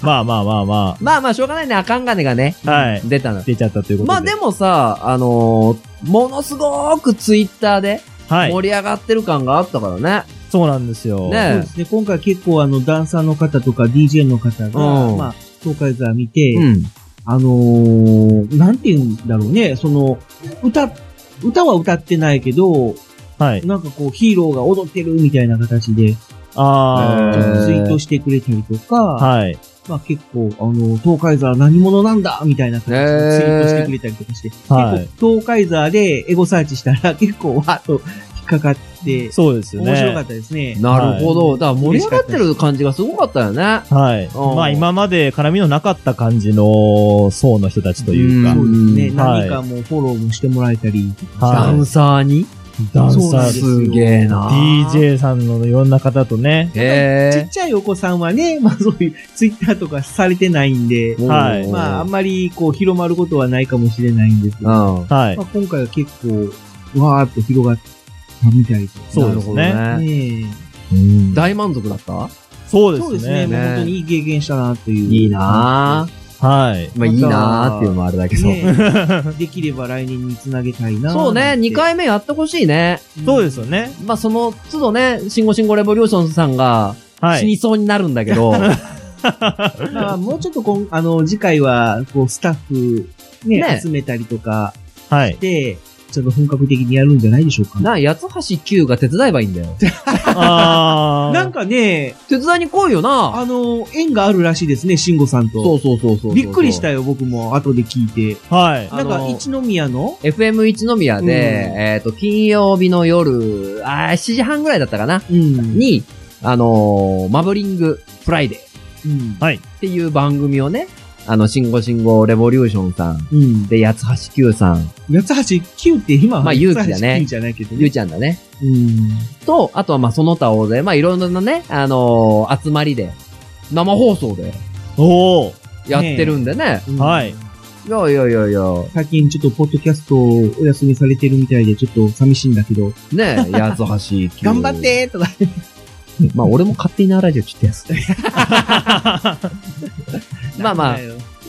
まあまあまあま
まあまあ、しょうがないね。あかんがねがね。
あ。はい。
出たの。
出ちゃったということで。
まあでもさ、あのーものすごくツイッターで
はい
盛。り上がってる感があったからね。
そうなんですよ。
ねえ
そうですね、今回結構あの、ダンサーの方とか DJ の方が、
うん
まあ、東海山見て、
うん。
あのー、なんて言うんだろうね、その、歌、歌は歌ってないけど、
はい。
なんかこうヒーローが踊ってるみたいな形で、
へ
あ
ー
ツイートしてくれたりとか、
あ。はい。
まあ結構、あの、東海座何者なんだみたいな形でツイートしてくれたりとかして、
はい
結構東海座でエゴサーチしたら 結構わーっと引っかかって、
そうですよね。
面白かったですね。
なるほど。だから盛り上がってる感じがすごかったよね。
はい。
うん
まあ今まで絡みのなかった感じの層の人たちというか
ん
そうですね。
うん
はい
何かもうフォローもしてもらえたりとか、
は
ダ
い
ンサーに
ダン
そう
サ
なん
ー
ですすよ
すげえな。。
DJ さんのいろんな方とね。
ち
へ
っちゃいお子さんはね、 まあそういうツイッターとかされてないんで
え。、
はい
まああん
ま
まりこう広まることはないかもしれないんですが、
うん。
はい
まあ、。今回は結構わーっと広がったみたいですね。
そうですね
なるほどね
ねえ
うん
大満足だった
そう
そう
で
ですすね。
ね。
もう本当にいい経験したなという。
いいな
はい。
ぁ。まあいいなぁっていうのもあれだけど。
ねえ できれば来年につなげたいな。
そうね、2。回目やってほしいね。
そうですよね。
まあその都度ね、シンゴシンゴレボリューションさんが
は
死に
い。
そうになるんだけど、
まあ、もうちょっとこん、あの、次回は、こう、スタッフ、ね、
ね
集めたりとか
はい。
で、ちょっと本格的にやるんじゃないでしょうか。
な、八橋九が手伝えばいいんだよ。
あ
なん
か、
かね、
手伝いに来いよな。
あの、縁があるらしいですね、慎吾さん
そ
と。
うそうそうそう。
びっくりした
よ。
よ、僕も、後で聞いて。
はい。
なん
あ
か、
の
一宮の
FM 一宮で、
うん
えっ、と、金曜日の夜、あー7時半ぐらいだったかな、
うん。
に、あのーマブリングフライデーっ
うん。
ていう番組をね、あの、シンゴシンゴレボリューションさん、
うん。
で、八橋九さん、
八橋九って今は、
まあ勇気だね
八橋九じゃないけど
ゆう
ね。
ちゃんだね。
うん。
と、あとはまあその他大勢、まあいろんなね、あのー集まりで、生放送で
おー。
やってるんでね。
うん
はい。
いやいやいやいや、
最近ちょっとポッドキャストをお休みされてるみたいでちょっと寂しいんだけど。
ねえ、八橋九。
頑張ってーとか。
まあ俺も勝手になラジオちょっとやす。 まあまあ、
あ。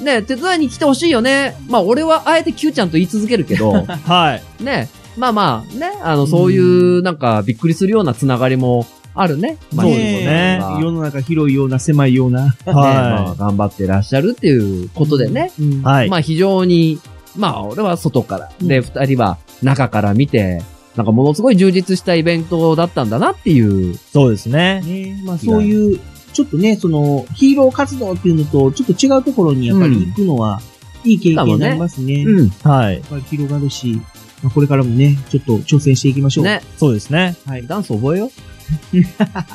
ねえ、手伝いに来てほしいよね。まあ俺はあえて Q ちゃんと言い続けるけ ど、
はい。
ねえ、まあまあ、ね、あの、そういうなんかびっくりするようなつながりもあるね。まあ
そうです
ね
ね
まあ
世の中広いような狭いような。
えまあ
は
頑張ってらっしゃるっていうことでね。
うん
い。はい
ま。あ非常に、まあ俺は外から、で、二人は中から見て、なんかものすごい充実したイベントだったんだなっていう。
そうですね。
ねまあそういう、ちょっとね、そのヒーロー活動っていうのとちょっと違うところにやっぱり行くのは、いい経験になりますね。やっ
うん。
はい。
ぱり広がるし、まあ、これからもね、ちょっと挑戦していきましょう。
ね。
そうですね。
はい。
ダンス覚えよ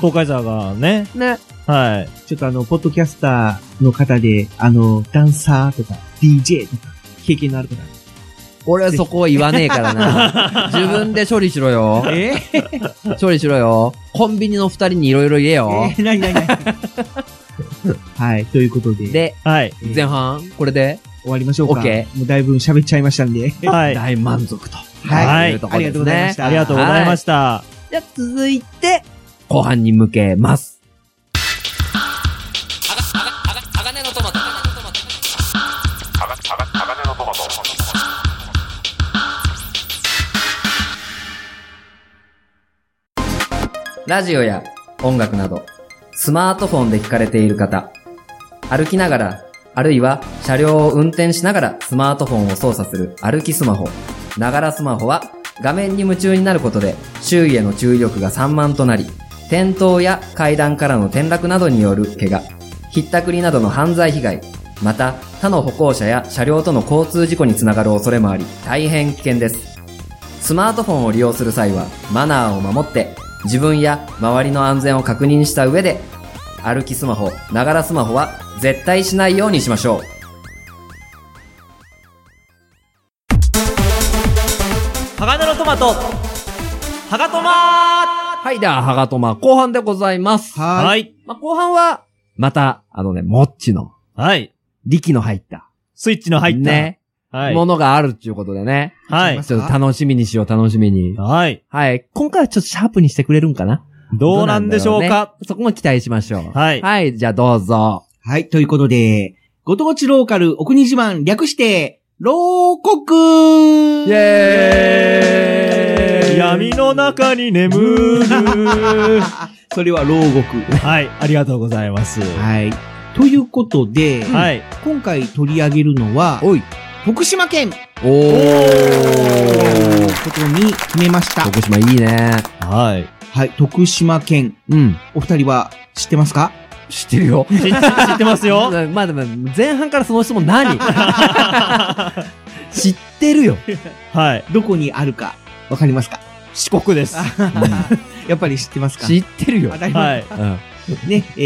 東海沢がね、
う。ね。
はい。
ちょっとあの、ポッドキャスターの方で、あの、ダンサーとか、DJ とか、経験のある方。
俺はそこは言わねえからな。 自分で処理しろよ。
え
処理しろよ。コンビニの二人にいろいろ言えよ。
えー、なになになにはい、ということで、
で、
はい。
えー
前半、これで、
終わりましょうか。
オッケ
もうだいぶ喋っちゃいましたんで。
はい。
大満足と。
はい
と
ありがとうございました。
ありがとうございました。
じゃあ続いて、後半に向けます。ラジオや音楽など、スマートフォンで聞かれている方、歩きながら、あるいは車両を運転しながらスマートフォンを操作する歩きスマホ、ながらスマホは画面に夢中になることで周囲への注意力が散漫となり、転倒や階段からの転落などによる怪我、ひったくりなどの犯罪被害、また他の歩行者や車両との交通事故につながる恐れもあり、大変危険です。スマートフォンを利用する際はマナーを守って
自分や周りの安全を確認した上で、歩きスマホ、ながらスマホは絶対しないようにしましょう。
鋼のトマト、ハガトマ
はい、では、ハガトマ、後半でございます。
ー
は
はい。
まあ、後半は、また、あのね、もっちの、
はい。
力の入った、
スイッチの入った。
ね、
はい。
ものがあるっていうことでね。
は
ま
い
す。
ちょっと楽しみにしよう、楽しみに。
はい。
はい。今回はちょっとシャープにしてくれるんかな
どうなんでしょう
どな
か
んだろねそこも期待しましょう。
はい
はい、じゃあどうぞ。
はい、ということで、ご当地ローカルお国自慢略して、牢国
イェーイ
闇の中に眠 る。
それは牢獄。
はい。ありがとうございます。
はい。ということで、
はい。
今回取り上げるのは、
おい。
徳島県とい
おー。
うことに決めました。
徳島いいね。
はい。
はい、徳島県。
うん。
お二人は知ってますか
知ってるよ。
知知ってますよ。
まあでも、前半からその質問 何知ってるよ。
はい。
どこにあるか、わかりますか
四国です。
やっぱり知ってますか
知ってるよ
当。たり
は
前
い。
うん。
ね、え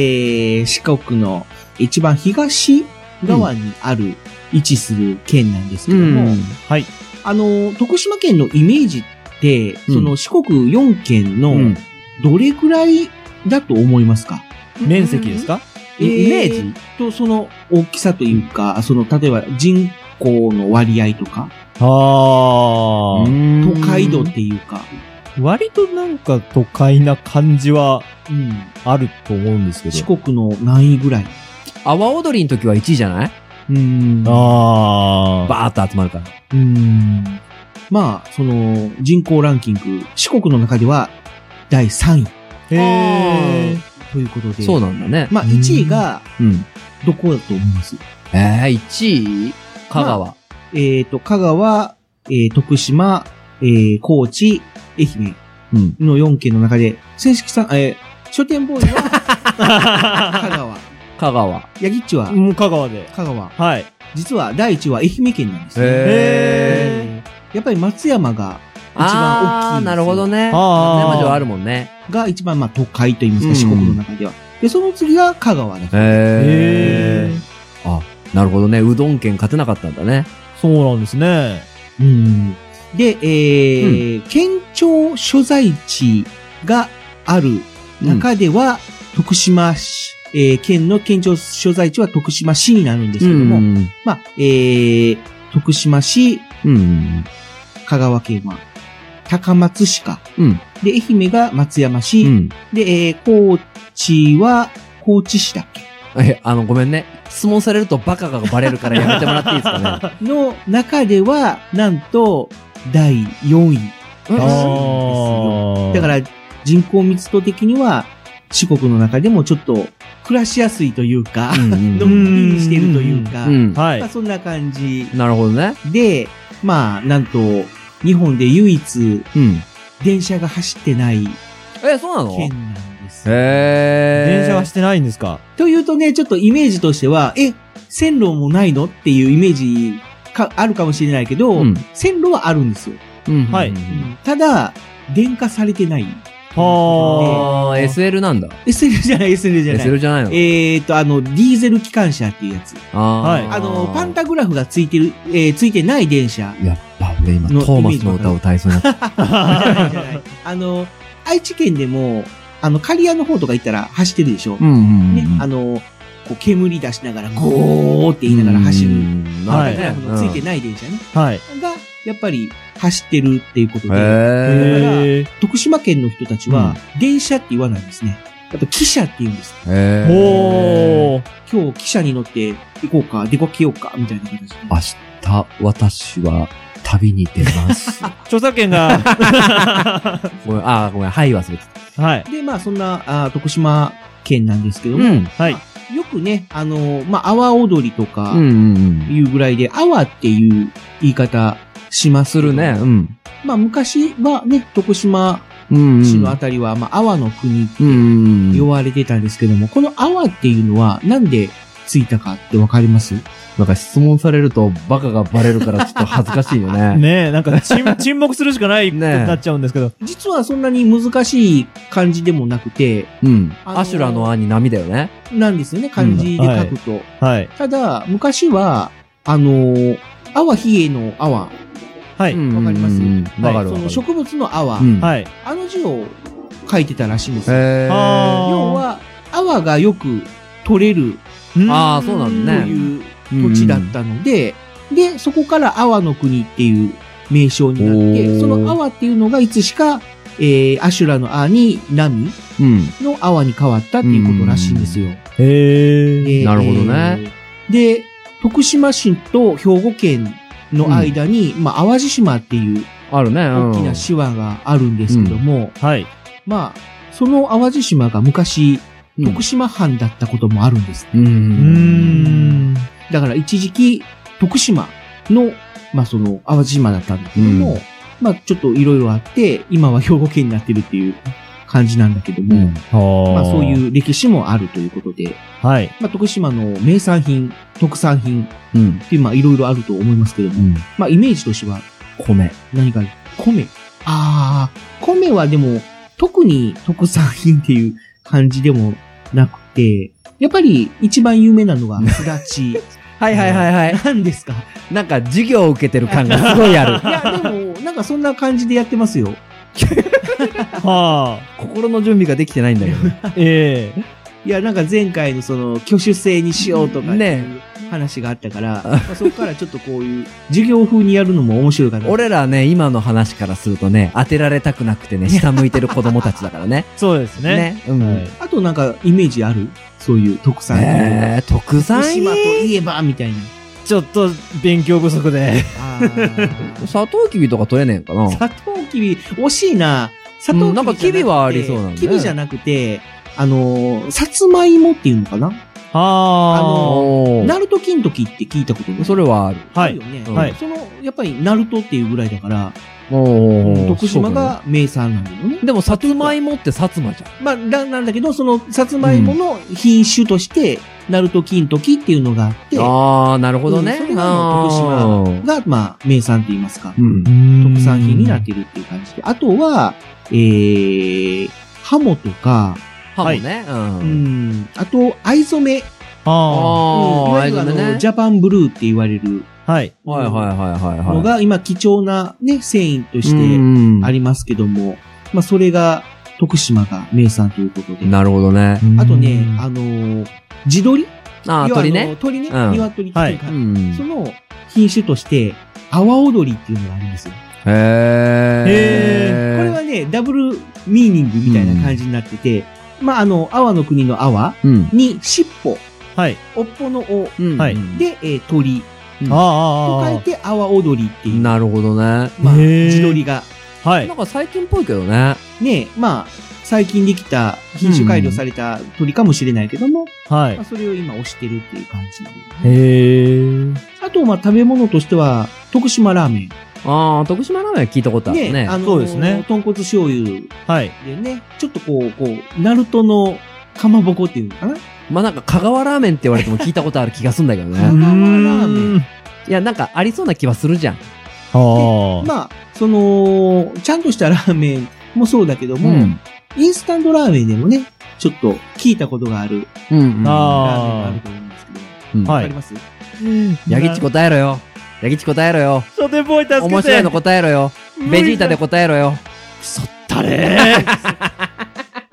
ー、四国の一番東側にある、位置する県なんですけども、
うん
はい。
あの、徳島県のイメージって、
うん
その四国4県
う
の
ん。
どれくらいだと思いますか、
面積ですか
イメージ
えと、その大きさというか、その、例えば人口の割合とか、
ああ。
都
都
会度っていうか、
割となんか都会な感じは
うん
あると思うんですけど。
四国の何位ぐらい
阿波踊りの時は1位じゃない
うん
ああ。
バーッと集まるから。
うんまあ、その、人口ランキング、四国の中では第3位
へえ。
ということで、
そうなんだね。
まあ、1位が
うん。
どこだと思います
えー、1位香川。
えっ、と、香川、えー徳島、えー高知、愛媛
うん。
の4県の中で、正式さん、えー書店ボー イは 香川、
香川。
ヤギッチは
もう香川で。
香川、
はい。
実は第1位は愛媛県なんですね。
へ
へー。
やっぱり松山が、一
あ
番大きいんですよ
ー、なるほどね。
あー
松山城あるもんね。
が一番まあ都会といいます
うん
か、四国の中では。で、その次が香川だと。
へ
へえ。
ー。なるほどね。うどん県勝てなかったんだね。
そうなんですね。
うんで、えー県庁所在地がある中では、徳島市、えー県の県庁所在地は徳島市になるんですけども、
うん。
まあ、えー徳島市、
うん。
香川県は高松市か。
うん
で、愛媛が松山市。
うん。
で、えー高知は高知市だっけ
え、あの、ごめんね。質問されるとバカがバレるからやめてもらっていいですかね。
の中では、なんと、第4位。
うん
ああ。
だから、人口密度的には、四国の中でもちょっと、暮らしやすいというか、
うん
の
うん
んびりしてるというか、
うん。
は
まあ
い。
そんな感じ
なるほどね。
で、まあ、なんと、日本で唯一、
うん。
電車が走ってない
え、そうなの
県なんです。
へー。
電車はしてないんですか
というとね、ちょっとイメージとしては、え、線路もないのっていうイメージか、あるかもしれないけど、
うん
線路はあるんですよ。
うん。
はい
うん
ただ、電化されてない。
あ
は
ー、SL なんだ。
SL じゃない、SL じゃない。
SL じゃないの
えっ、ー、と、あの、ディーゼル機関車っていうやつ。
あ
はい
ー。
あの、パンタグラフがついてる、えー、ついてない 電車。
やっぱ俺今、ト
の
ーマスの歌を歌いそうに なった。
じゃないじゃないあの、愛知県でも、あの、刈谷の方とか行ったら走ってるでしょ。
ん
ね、あの、こう、煙出しながら、ゴーって言いながら走る。パ
は
ンタグラフのついて
い。
ない電車ね。
あ。はい。
が、やっぱり走ってるっていうことで、
へー。
へ
徳島県の人たちは、電車って言わないんですね。やっぱ汽車って言うんです。
へ
ー。おー。
今日汽車に乗って行こうか、出かけようか、みたいな形で。
明日、私は、旅に出 ます。
著作権が。
ごめん、あー、ごめん、はい、忘れてた。
はい。
で、まあそんな、あー徳島県なんですけども、
ん。
はい。
よくね、あのーまあ、阿波踊りとか
うん、うんうん。
いうぐらいで、阿波っていう言い方します。
するね、うん。
まあ、昔はね、徳島
うんうん。
市のあたりは、まあ、阿波の国って
うんうんうん。
呼ばれてたんですけども、この阿波っていうのは、なんでついたかってわかります
なんか質問されるとバカがバレるからちょっと恥ずかしいよ ね。
ねえ、なんか沈沈黙するしかないこと
ねえ
になっちゃうんですけど。
実はそんなに難しい漢字でもなくて、
うん。
あのー
アシュラの兄波だよね。
なんですよね、漢字で書くと。
はい。
ただ、昔は、あのー、阿波比叡の阿波。
は
う
い。
ん
わかります
うんわかる
そ
わか
の
る。
植物の阿波、
うん
はい。
あの字を書いてたらしいんですよ。
へー
あー
要は、阿波がよく取れる
あーそうなん
と
だね
いう土地だったので、で、そこから阿波の国っていう名称になっ
お
て、
ー
その阿波っていうのがいつしか、えー、アシュラのアに波
うん。
の阿波に変わったっていうことらしいんですよ。
へえ。
で
なるほどね。
えーで、徳島市と兵庫県の間に、まあ、淡路島っていう
あるね。うん
大きな島があるんですけども、
はい。
まあ、その淡路島が
う
昔、
ん
徳島藩だったこともあるんです。
う。
うんん。
だから一時期、徳島の、まあその、淡路島だったんだけども、
う
まあちょっといろいろあって、今は兵庫県になってるっていう感じなんだけど
う
も、
ん。
ま
まあそう
う。
いう歴史もあるということで、
はい。
まあ徳島の名産品、特産品
うん。
っていうまあいろいろあると思いますけども、まあイメージとしては
米。
何か米。ああ、米はでも、特に特産品っていう感じでもなくて、やっぱり一番有名なのがすだち。
はいはいはいはい。
何ですか
なんか授業を受けてる感がすごいある
い。や、でも、なんかそんな感じでやってますよ。
は
心の準備ができてないんだけど。
あ。ええ。
いや、なんか前回のその、挙手制にしようとかってい
ね
う話があった から、まあそこからちょっとこういう授業風にやるのも面白いかな。
俺らね、今の話からするとね、当てられたくなくてね、下向いてる子供たちだからね。
そうですね。
ね。うん。
はい
あとなんかイメージあるそういう特産品。
えー、特産
福
品
島といえば、みたいな。
ちょっと勉強不足で。
あー
砂糖キビとか取れねえんかな
砂糖キビ、惜しいな。砂糖キビ
うんなん
じゃなくて、
かキビはありそうなんだね
キビじゃなくて、あのー、さつまいもっていうのかな
あ
あの
おー
ナルト金時って聞いたことない
それはある。
は
あ
い
るよ。ね。
はい
その、やっぱりナルトっていうぐらいだから、
おー
徳島。
そうか
が名産なんだよね。
ねでも、さつまいもってさつまじゃん。
まあ、だなんだけど、その、さつまいもの品種として、ナルト金時っていうのがあって、
あー、なるほどね。
うんそれがもう
あー
徳島が、まあ、名産って言いますか
う。ん。
特
特産品になっているっていう感じで。あとは、えー、ハモとか、
ハモね。うん
う。ん、あと、藍染め。
は
あ
うんい
あ、
わゆるあ
藍染め
の、ジャパンブルーって言われる
あ。はい。
はいはいはいはいはい。
のが、今貴重なね、繊維としてありますけども、まあ、それが、徳島が名産ということで
うん。なるほどね。
あとね、あのー、地鶏
ああ、
要は
鳥
あの
ね。
鳥ね。
うん
鶏っていうか、
うん
その品種として、阿波踊りっていうのがあるんですよ。
へえ。
これ
へ
はね、ダブルミーニングみたいな感じになってて、まあ、あの、阿波の国の阿波
うん。
に尻尾、
はい。
おっぽの尾
うん。
はい
で、えー鳥
ああ
と
ああ
書いて阿波踊りっていう、
なるほどね。
まあ、
へー
地鶏が、
あ。はい
なん。か最近っぽいけどね。
ね、まあ、最近できた品種改良された鳥かもしれないけども、
は
まあ、
い。
それを今推してるっていう感じ。
へえ。
あと、まあ、食べ物としては、徳島ラーメン。
ああ、徳島ラーメン聞いたことあるね
あ。のー
そうですね
豚骨醤油
はい。
でね、ちょっとこう、こう、ナルトのかまぼこっていうのかな
まあなんか香川ラーメンって言われても聞いたことある気がするんだけど
う
ね
ん。ラーメ
ン。
いや、なんかありそうな気はするじゃん。
はあ。
まあ、その、ちゃんとしたラーメンもそうだけども、
うん。
インスタントラーメンでもね、ちょっと聞いたことがある
うん。
ラーメンがあ
あ
ると思うんですけど、
うん
わ
は
か
い
ります、
ヤギッチ答えろよ。ヤギッチ答えろよ。
書店ボーイ助けて。
面白いの答えろよ。ベジータで答えろよ。
誰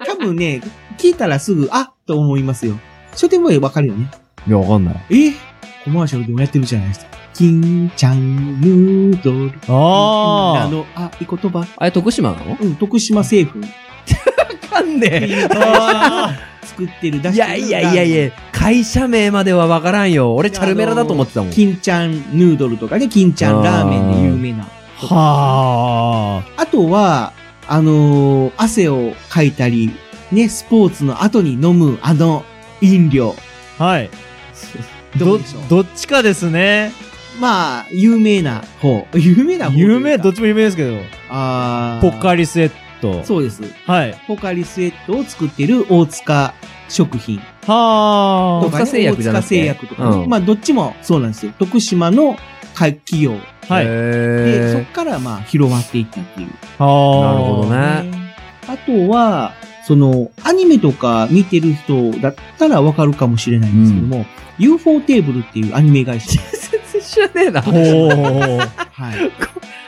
多分ね、聞いたらすぐ、あっと思いますよ。書店ボーイわかるよね。
いや、わかんない。
えーコマーシャルでもやってるじゃないですか。金ちゃんヌードル。
あ
みんなの、あ、い言葉。
あれ、徳島なの
うん、徳島製粉。
かんね
あ
作ってる出
い
して
や
る
いやいやいや、会社名まではわからんよ。俺、チャルメラだと思ってたもん。
金ちゃんヌードルとかね、金ちゃんラーメンで有名な。
は
あとは、あのー汗をかいたり、ね、スポーツの後に飲むあの飲料。
あ。はい。
ど
ど
うでしょう、
どっちかですね。
まあ、有名な方。有名な方というか。
有名、どっちも有名ですけど。
あー
ポッカリスエット。
そうです。
はい。
ポカリスエットを作っている大塚食品
は
と
ー
かね、
大塚製薬じゃな
大
く
塚
て
製薬とかね、
うん
まあどっちもそうなんですよ。徳島の企業。
はい。は
で、そ
へ
こからまあ広まっていったっていう。
ー
なるほどね
あとは、その、アニメとか見てる人だったらわかるかもしれないんですけども、UFO テーブルっていうアニメ会社。
全然知らねえな。
ほー。
はい。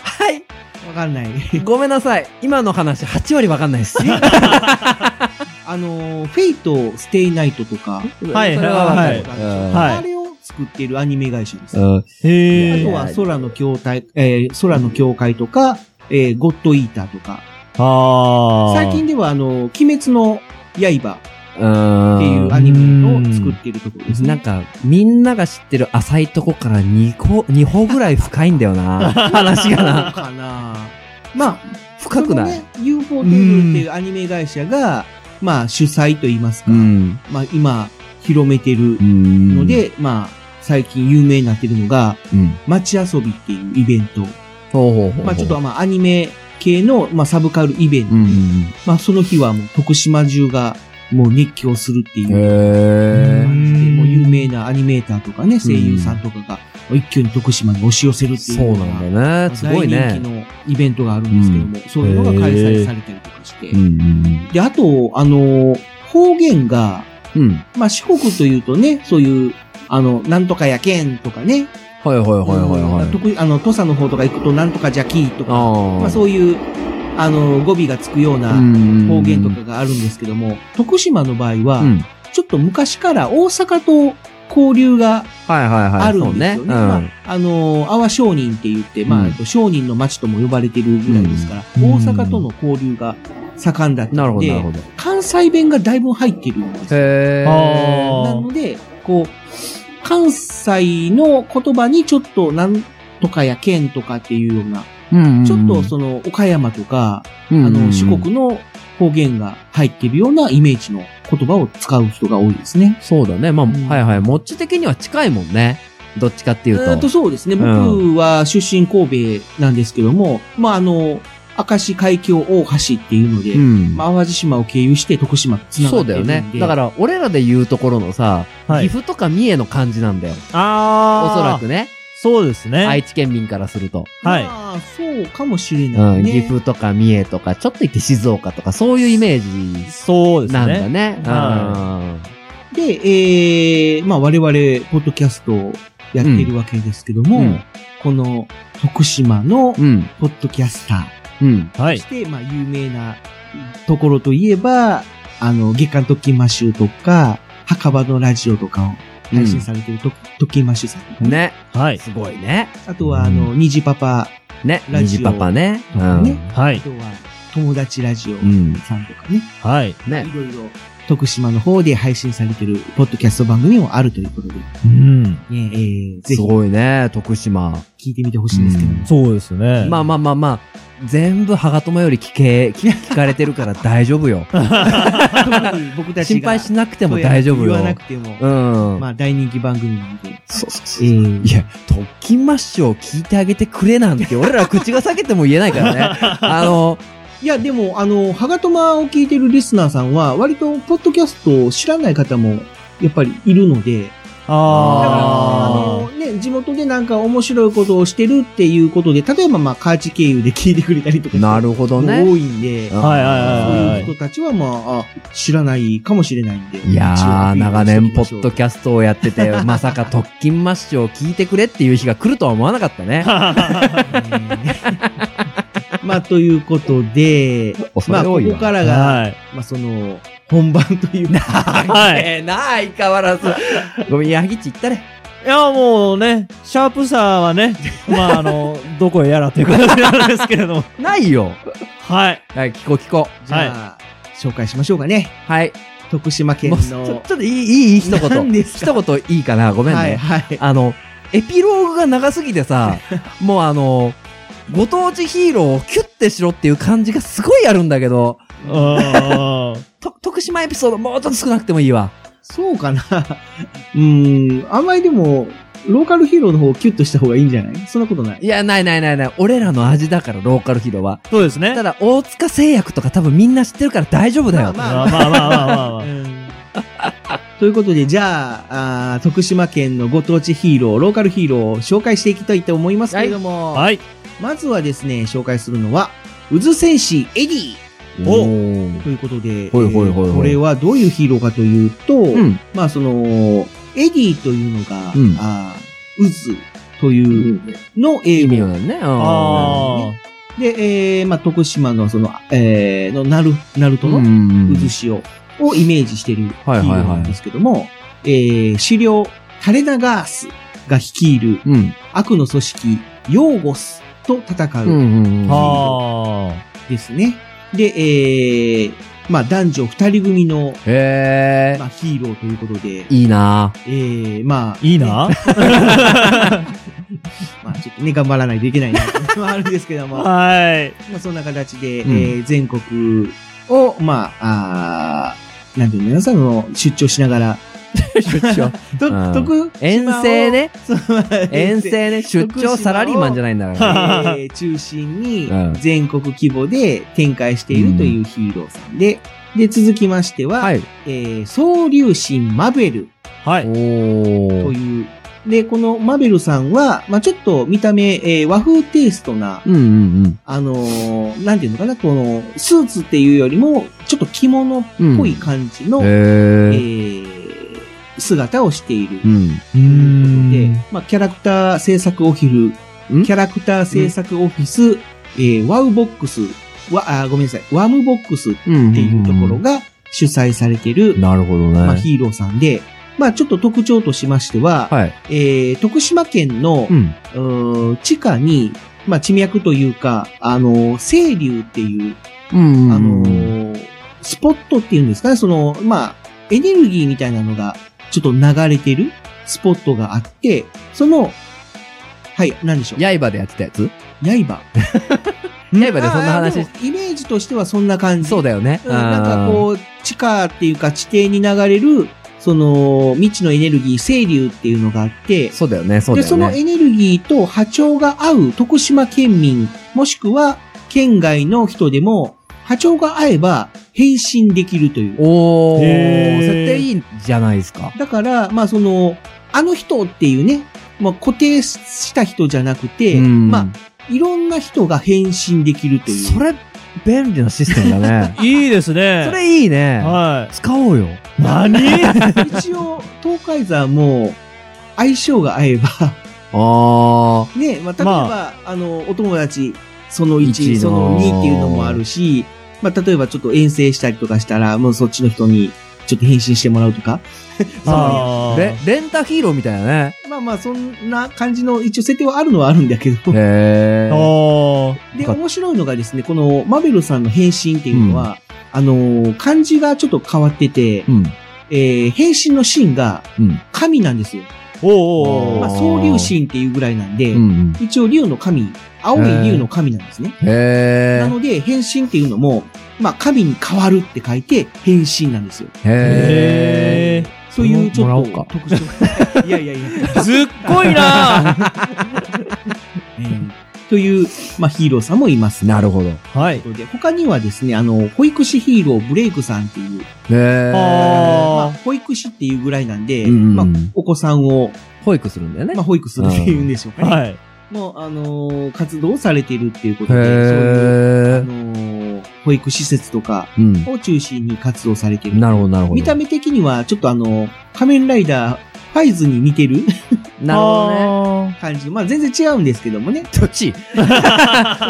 はい。
わかんない。
ごめんなさい。今の話、8割わかんないです。
あの、フェイト、ステイナイトとか、
はい
それはわかる
は
うん
はい
あれを作ってるアニメ会社です。
うん
へ
あと
ー。
は空の教会、えー空の教会とか、えーゴッドイーターとか、
はー。
最近ではあの、鬼滅の刃
うん
っていうアニメを作ってるところですね。
なんか、みんなが知ってる浅いとこから2個、二歩ぐらい深いんだよな。話が
そう
な。
かなまあ、
深くない。
そのね UFO テーブルっていうアニメ会社が、まあ主催といいますか、
うん。
まあ今広めてる
うん
の、で、まあ最近有名になってるのが、
うん。
街遊びっていうイベント。
ほうほうほう。
まあちょっと、まあアニメ系の、まあ、サブカルイベント。
うんうん
まあその日はもう徳島中がもう熱狂するっていうう。
ん。へー。
感じでもう有名なアニメーターとかね、声優さんとかが、一挙に徳島に押し寄せるっていう
そう
よう
なんだよね。すごい
大人
ね
気。のイベントがあるんですけども、そういうのが開催されたりとかして。
うん
で、あと、あの、方言が、
うん。うん。
まあ、四国というとね、そういう、あの、なんとかやけんとかね。
はいはいはいはいはい。
特に、あの、土佐の方とか行くと、なんとかじゃきとか、
あ
まあ、そういう、あの、語尾がつくような方言とかがあるんですけども、徳島の場合は、
うん。
ちょっと昔から大阪と交流が
はいはいはい。
あるんです
そ
よね。
う
まあ、あの、阿波商人って言って、まあ、
うん
えっと商人の町とも呼ばれてるぐらいですから、
うん
大阪との交流が盛んだっ
うん。な
た
るほ
の
どなる
で
ほ、ど。
関西弁がだいぶ入ってるんですよ。
へ
あ
ー。
ー
なので、こう、関西の言葉にちょっとなんとかや県とかっていうような、
うん
ちょっとその岡山とか、
うん
あ
うんうん
の、四国の方言が入ってるようなイメージの言葉を使う人が多いですね。
そうだね。まあ、
ん
はいはい。もっち的には近いもんね。どっちかっていうと。
えーとそうですね。
う
僕は出身神戸なんですけども、まあ、あの、明石海峡大橋っていうので、
うん。
まあ、淡路島を経由して徳島と繋が
そ
っ
うだ
てる
よ
んで。
ね。だから、俺らで言うところのさ、
はい
岐阜とか三重の感じなんだよ。お
あー。
そらくね。
そうですね。
愛知県民からすると。
はい
まあ、そうかもしれな
う
い
ん。
ね。
岐阜とか三重とか、ちょっと行って静岡とか、そういうイメージ
そうです
なんだ
ね。
ね。
は
で、えー、まあ、我々、ポッドキャストをやっているわけですけども、
うん
この徳島の
うん。うん。
ポッドキャスタ
う
ー、
ん。
は
そ
い
し。て、まあ、有名なところといえば、あの、月刊トッキンマッシュとか、墓場のラジオとかを配信されてるト,、ッキンマッシュさんとかね、
ね。
はい。
すごいね。
あとは、あの、虹パパ
ね。
ラジオ
虹パパね。う
とかね、
ん。
は
あ
い。
とは、友達ラジオ
うん。
さんとかね、
はい。
ね
い。ろいろ、徳島の方で配信されてる、ポッドキャスト番組もあるということで、ね
うん。
えーぜ
す
ひ
ごいね、徳島。
聞いてみてほしいんですけども、
そうですね。
まあまあまあまあ、全部ハガトマより聞け、聞 聞かれてるから大丈夫よ。
特に僕たち
心
が
配しなくても大丈夫
言
よ。
わなくても、
うん。
まあ、大人気番組なので、
そうそうそ
えー
いや、特勤マッシュを聞いてあげてくれなんて、俺ら口が裂けても言えないからね。あの、
いや、でも、あの、ハガトマを聞いてるリスナーさんは、割と、ポッドキャストを知らない方も、やっぱりいるので、だから、
あ
あの、ね、地元でなんか面白いことをしてるっていうことで、例えば、まあ、カーチ経由で聞いてくれたりとか、
なるほどね。
多いんで、そう
はいはいはい
いう人たちは、まあ、あ知らないかもしれないんで。
いやー、長年ポッド
ャ
キャストをやっ てて、まさか特勤マッシュを聞いてくれっていう日が来るとは思わなかっ たね。。
あ。
スト。まあ、ということで、まあ、ここかららが、
はい。
まあ、その、本番という か、
はい。
えー、なあ、相変わ らず。ごめん、ヤギチ行ったれ。
いや、もうね、シャープさはね、まあ、あの、どこへやらという形なんですけれども。
ないよ。
はい。
はい、聞こう聞こう。
じゃあ、紹介しましょうかね。
はい。
徳島県
もうちょ
の
ちょっといい、いい、いい一
何
言。
です か
一言いいかなごめんね。
はいはい。
あの、エピローグが長すぎてさ、もうあの、ご当地ヒーローをキュッてしろっていう感じがすごいあるんだけど、
うーん。
と徳島エピソードもうちょっと少なくてもいいわ。
そうかな。うーん、あんまりでも、ローカルヒーローの方をキュッとした方がいいんじゃないそんなことない。
いや、ないないないない。俺らの味だから、ローカルヒーローは。
そうですね
た。だ、大塚製薬とか多分みんな知ってるから大丈夫だよ。
まあまあまあまあまあまあ。
ということで、じゃああー徳島県のご当地ヒーロー、ローカルヒーローを紹介していきたいと思いますけれども、
はい。
まずはですね、紹介するのは、渦戦士エディ
お
ということで、
ほいほいほいほい
えーこれはどういうヒーローかというと、
ん
まあその、エディというのが、
うん
あー渦というの英
意
語
味だね。あ
あ
で、えーまあ徳島のその、えーの、なる、ナルトの
ん
渦潮をイメージしているヒー
はい
ロ
はいはい
ーなんですけども、えー狩猟タレナガースが率いる
うん。
悪の組織ヨーゴスと戦
うんう
うん
うん。
あ。ああ。
ですね。で、えーまあ男女二人組の、
へえ
ま。あ、ヒーローということで、
いいな
えーまあ、
いいな。
まあちょっとね、頑張らないといけない なっていうのはあるんですけども、ま
はい。
あそんな形で、
うん
えー全国を、まあ、あーなんていうのかな、その、出張しながら、
出張。
と、
うん
徳島を
遠征。ね。
そう
遠征ね。出張サラリーマンじゃないんだから。
えー中心に
うん
全国規模で展開しているというヒーローさんで、で、続きましては、
はい。
えー、総流神マベル
は
お
い。
と
ー。
いう、で、このマベルさんは、まあちょっと見た目、えー和風テイストな、
うんうん
あのーなんていうのかな、この、スーツっていうよりも、ちょっと着物っ
うん。
ぽい感じの、
へ
え
え。
ー姿をしている
うん。
うー
で
ん。、
まあ、キャラクター制作オフィ
ん
ル、キャラクター制作オフィス、えーワウボックス、わ、あー、ごめんなさい、ワムボックスっ
うん。
ていうところが主催されている、
なるほどね。
まあ、ヒーローさんで、まあ、ちょっと特徴としましては、
はい。
えー徳島県の
う、ん。
うーん地下に、まあ、地脈というか、あのー、清流っていう、
うん。
あのー、スポットっていうんですかね、その、まあ、エネルギーみたいなのが、ちょっと流れてるスポットがあって、その、はい、何でしょう。
刃でやってたやつ
刃。
刃でそんな
あ
話
ー。でもイメージとしてはそんな感じ。
そうだよね。
うんなんかこう、地下っていうか地底に流れる、その、未知のエネルギー、清流っていうのがあって、
そうだよね、そうだ
で、
よね。
そのエネルギーと波長が合う徳島県民、もしくは県外の人でも、波長が合えば変身できるという。
おー、
へー。
設定いいじゃないですか。
だから、まあその、あの人っていうね、まあ固定した人じゃなくて、
うん
まあ、いろんな人が変身できるという。
それ、便利なシステム だね
いいですね。
それいいね。
は
使おうよ。
い。何
一応、東海座も、相性が合えば、
あ
ね、まあ、例えば、
ま
あ、の、お友達、その1、
一
その
の
2っていうのもあるし、まあ、例えばちょっと遠征したりとかしたら、もうそっちの人に、ちょっと返信してもらうとか。そう
あ
ー。レ、レンタヒーローみたいなね。
まあまあ、そんな感じの、一応設定はあるのはあるんだけど。
へー。
あ
で、面白いのがですね、この、マベルさんの返信っていうのは、あのー、漢字がちょっと変わってて
う、ん。
えー、返信のシーンが
うん、
神なんですよ。
おお
ま
お
あ、
ー
総流神っていうぐらいなんで、
うんうん。
一応、竜の神、青い竜の神なんですね。
へ
な
ー。
ので、変身っていうのも、まあ、神に変わるって書いて、変身なんですよ。
へ
へ
そういう、ち
もら
ょ
お
っ
うか
と、特 徴。いやいやいや。
ー。ずっこいな
という、まあ、ヒーローさんもいます。
ー。なるほど。へ
はい。
ほど。で、他にはですね、あの、保育士ヒーローブレイクさんっていう、
ー。
まあ
あ、
保育士っていうぐらいなんで、
うんうん
まあ、お子さんを、
保育するんだよね
まあ、。保育するっていうんでしょう
あ。
かね。
はい。
の、あのー活動をされているっていうこと
へ
で、そういう、あ
ー。
のー保育施設とか
うん。
を中心に活動されている
なるほど、なるほど。
見た目的には、ちょっとあの、仮面ライダー、ファイズに似てる
なるほどね。
ね。
感じ。まあ、全然違うんですけども ね。
どっち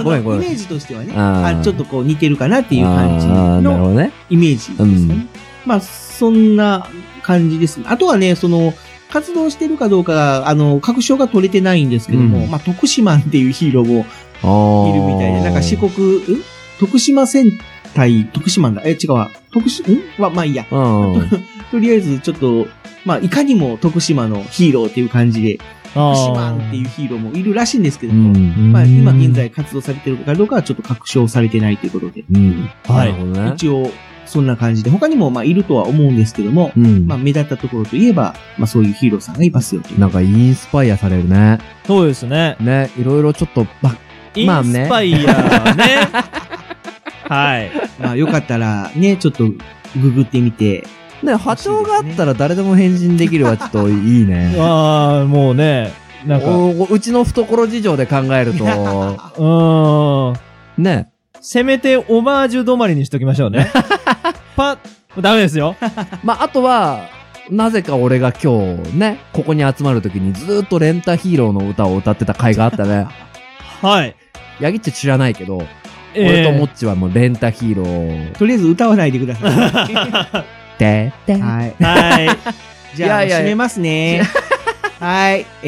ごめんご
イ
め
メ
ん。
ージとしてはね、
あー
あちょっとこう似てるかなっていう感じ
あーなるほ
の
どね。
イメージですね。
うん
まあ、そんな感じですね。あとはね、その、活動してるかどうかが、あの、確証が取れてないんですけども、
うん
まあ、徳島っていうヒーローも
あー
いるみたいで、なんか四国、ん徳島戦隊、徳島なんだ。え、違うわ。徳島、んは、まあいいや。
うん。
とりあえず、ちょっと、まあ、いかにも徳島のヒーローっていう感じで、
あ
徳島っていうヒーローもいるらしいんですけど
う
も、
ん。
まあ、今現在活動されてるかどうかはちょっと確証されてないということで、
うん。
はい
なるほどね。
一応、そんな感じで、他にもまあいるとは思うんですけども、
うん。
まあ目立ったところといえば、まあそういうヒーローさんがいますよという。
なんかインスパイアされるね。
そうですね。
ね、いろいろちょっと、ば
イン
まあね
スパイアね。はい。
まあよかったら、ね、ちょっとググってみて、
ね、波長があったら誰でも返信できるはちょっといい ね。
ああ、もうね、なんか、う
おうちの懐事情で考え ると、
ーん。
ね、
せめてオマージュ止まりにしときましょう ね。パッ、ダメですよ。
まあ、あとは、なぜか俺が今日ね、ここに集まるときにずーっとレンタヒーローの歌を歌ってた回があった ね。
はい。
ヤギっち知らないけど、
えー
俺とモッチはもうレンタヒーロー
とりあえず歌わないでくださ
で、
い。はい。
はい。
じゃあ、
いやいやいや
締めますね。はい。え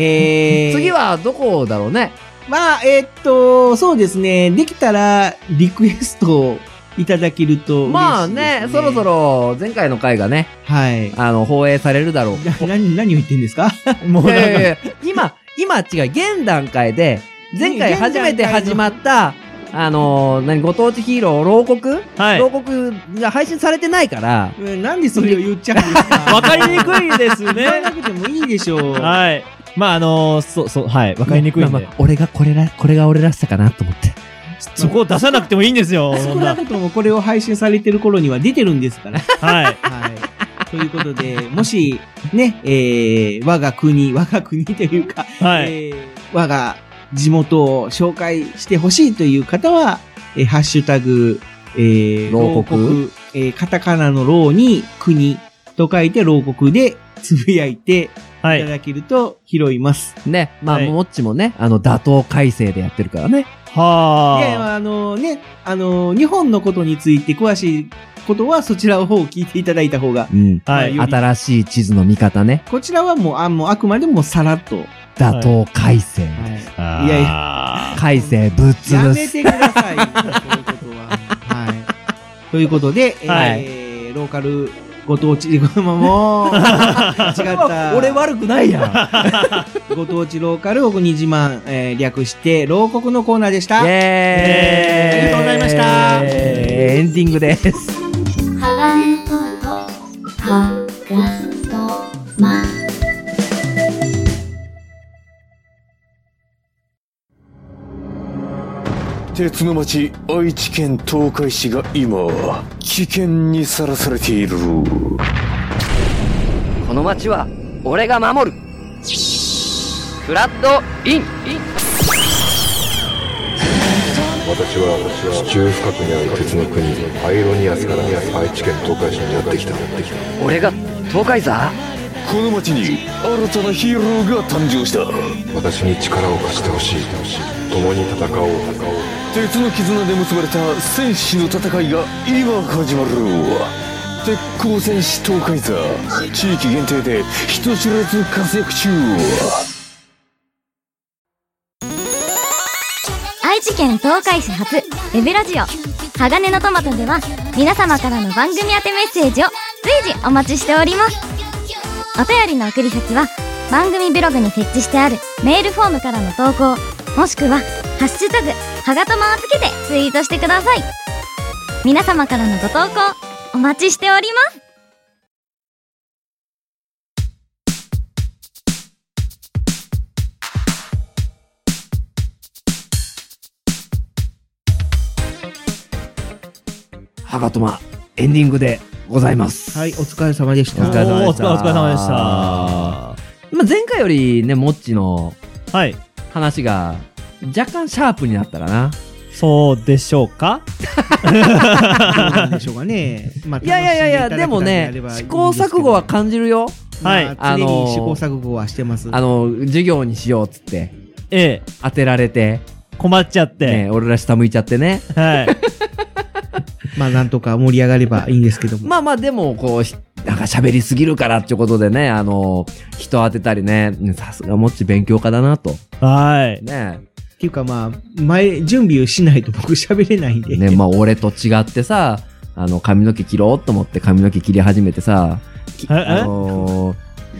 ー、
次はどこだろうね。
まあ、えーっと、そうですね。できたら、リクエストをいただけると嬉しいです、ね。
まあねそろそ。ろ前回の回がね、
はい。
あの、放映されるだろう。
な 何、何を言ってんですか
もう
い
なん
やいやい
か、
や今、今違う、現段階で、前回初めて始まった、あの、何、ご当地ヒーロー、牢獄
はい。
牢獄が配信されてないから、
うんなんでそれを言っちゃうんです か
わかりにくいです
言わな
ね。
くてもいいでしょう。
はい。まあ、あのー、そう、そう、はい。わかりにくいん
まあ
で
まあ。俺がこれら、これが俺らしさかなと思って。
そこを出さなくてもいいんですよ、そ
少
ん
な
な。
くともこれを配信されてる頃には出てるんですから。
はい。
はい。ということで、もし、ね、えー、我が国、我が国というか、
はい。
えー我が地元を紹介してほしいという方は、えーハッシュタグ、えー、
牢獄
えーカタカナの牢に国と書いて牢獄で つぶやいてい
は
た
い。
だけると拾います。
ね、まあ、
はい
もっちもね、あの、打倒改正でやってるからね。
で、
はあ。
あのね、あの日本のことについて詳しいことはそちらの方を聞いていただいた方が、
うん。
はい
まあより
新しい地図の見方ね。
こちらはもう、あ、もうあくまでもさらっと。は
打倒改正。
い
あー
いやいや
改正ぶっ
や
潰
め
す。
てくだ さい。そういうことは。はい。ということで、
はい
えー、ローカルご当地、ご まもう、違った。
俺悪くないや
ご当地ローカル、国自慢、えー、略して、牢獄のコーナーでした。
イエーイ
ありがとうございました
エンディングです。
ハガレントとハガトマ
鉄の町愛知県東海市が今危険にさらされている
この街は俺が守るフラッドイン
私は地中深くにある鉄の国アイロニアスから愛知県東海市にやってきた
俺が東海座
この町に新たなヒーローが誕生した
私に力を貸してほしい共に戦おう
鉄の絆で結ばれた戦士の戦いが今始まる鉄鋼戦士東海座地域限定で人知れず活躍中
愛知県東海市発ウェブラジオ「鋼のトマト」では皆様からの番組宛てメッセージを随時お待ちしておりますお便りの送り先は番組ブログに設置してあるメールフォームからの投稿もしくは「ハッシュタグはがとま」をつけてツイートしてください皆様からのご投稿お待ちしております
ハガトマ、エンディングでございます。
はい、お疲れ様でし
お疲れ
た。
様で
お
した。
お疲れ様でした
まあ、前回よりね、モッチの
はい。
話が若干シャープになったかな。
そうでしょうか
どうなんでしょうかね。まあ
いやいやいやいや、でもね、試行錯誤は
感
感じるよ。
はい
まあ、常に試行錯誤はしてます。
あの、授業にしようっつって、
ええ。
当てられて、
困っちゃって。
ね、俺ら下向いちゃって ね。
はい。
まあ、なんとか盛り上がればいいんですけども。
まあまあ、でも、こう、ひなんか喋りすぎるからってことでね、あの、人当てたりね、さすがモッチ勉強家だなと。
はい。
ね。
っていうかまあ、前、準備をしないと僕喋れないんで。
ね、まあ俺と違ってさ、あの、髪の毛切ろうと思って髪の毛切り始めてさ、き
ええ
あのー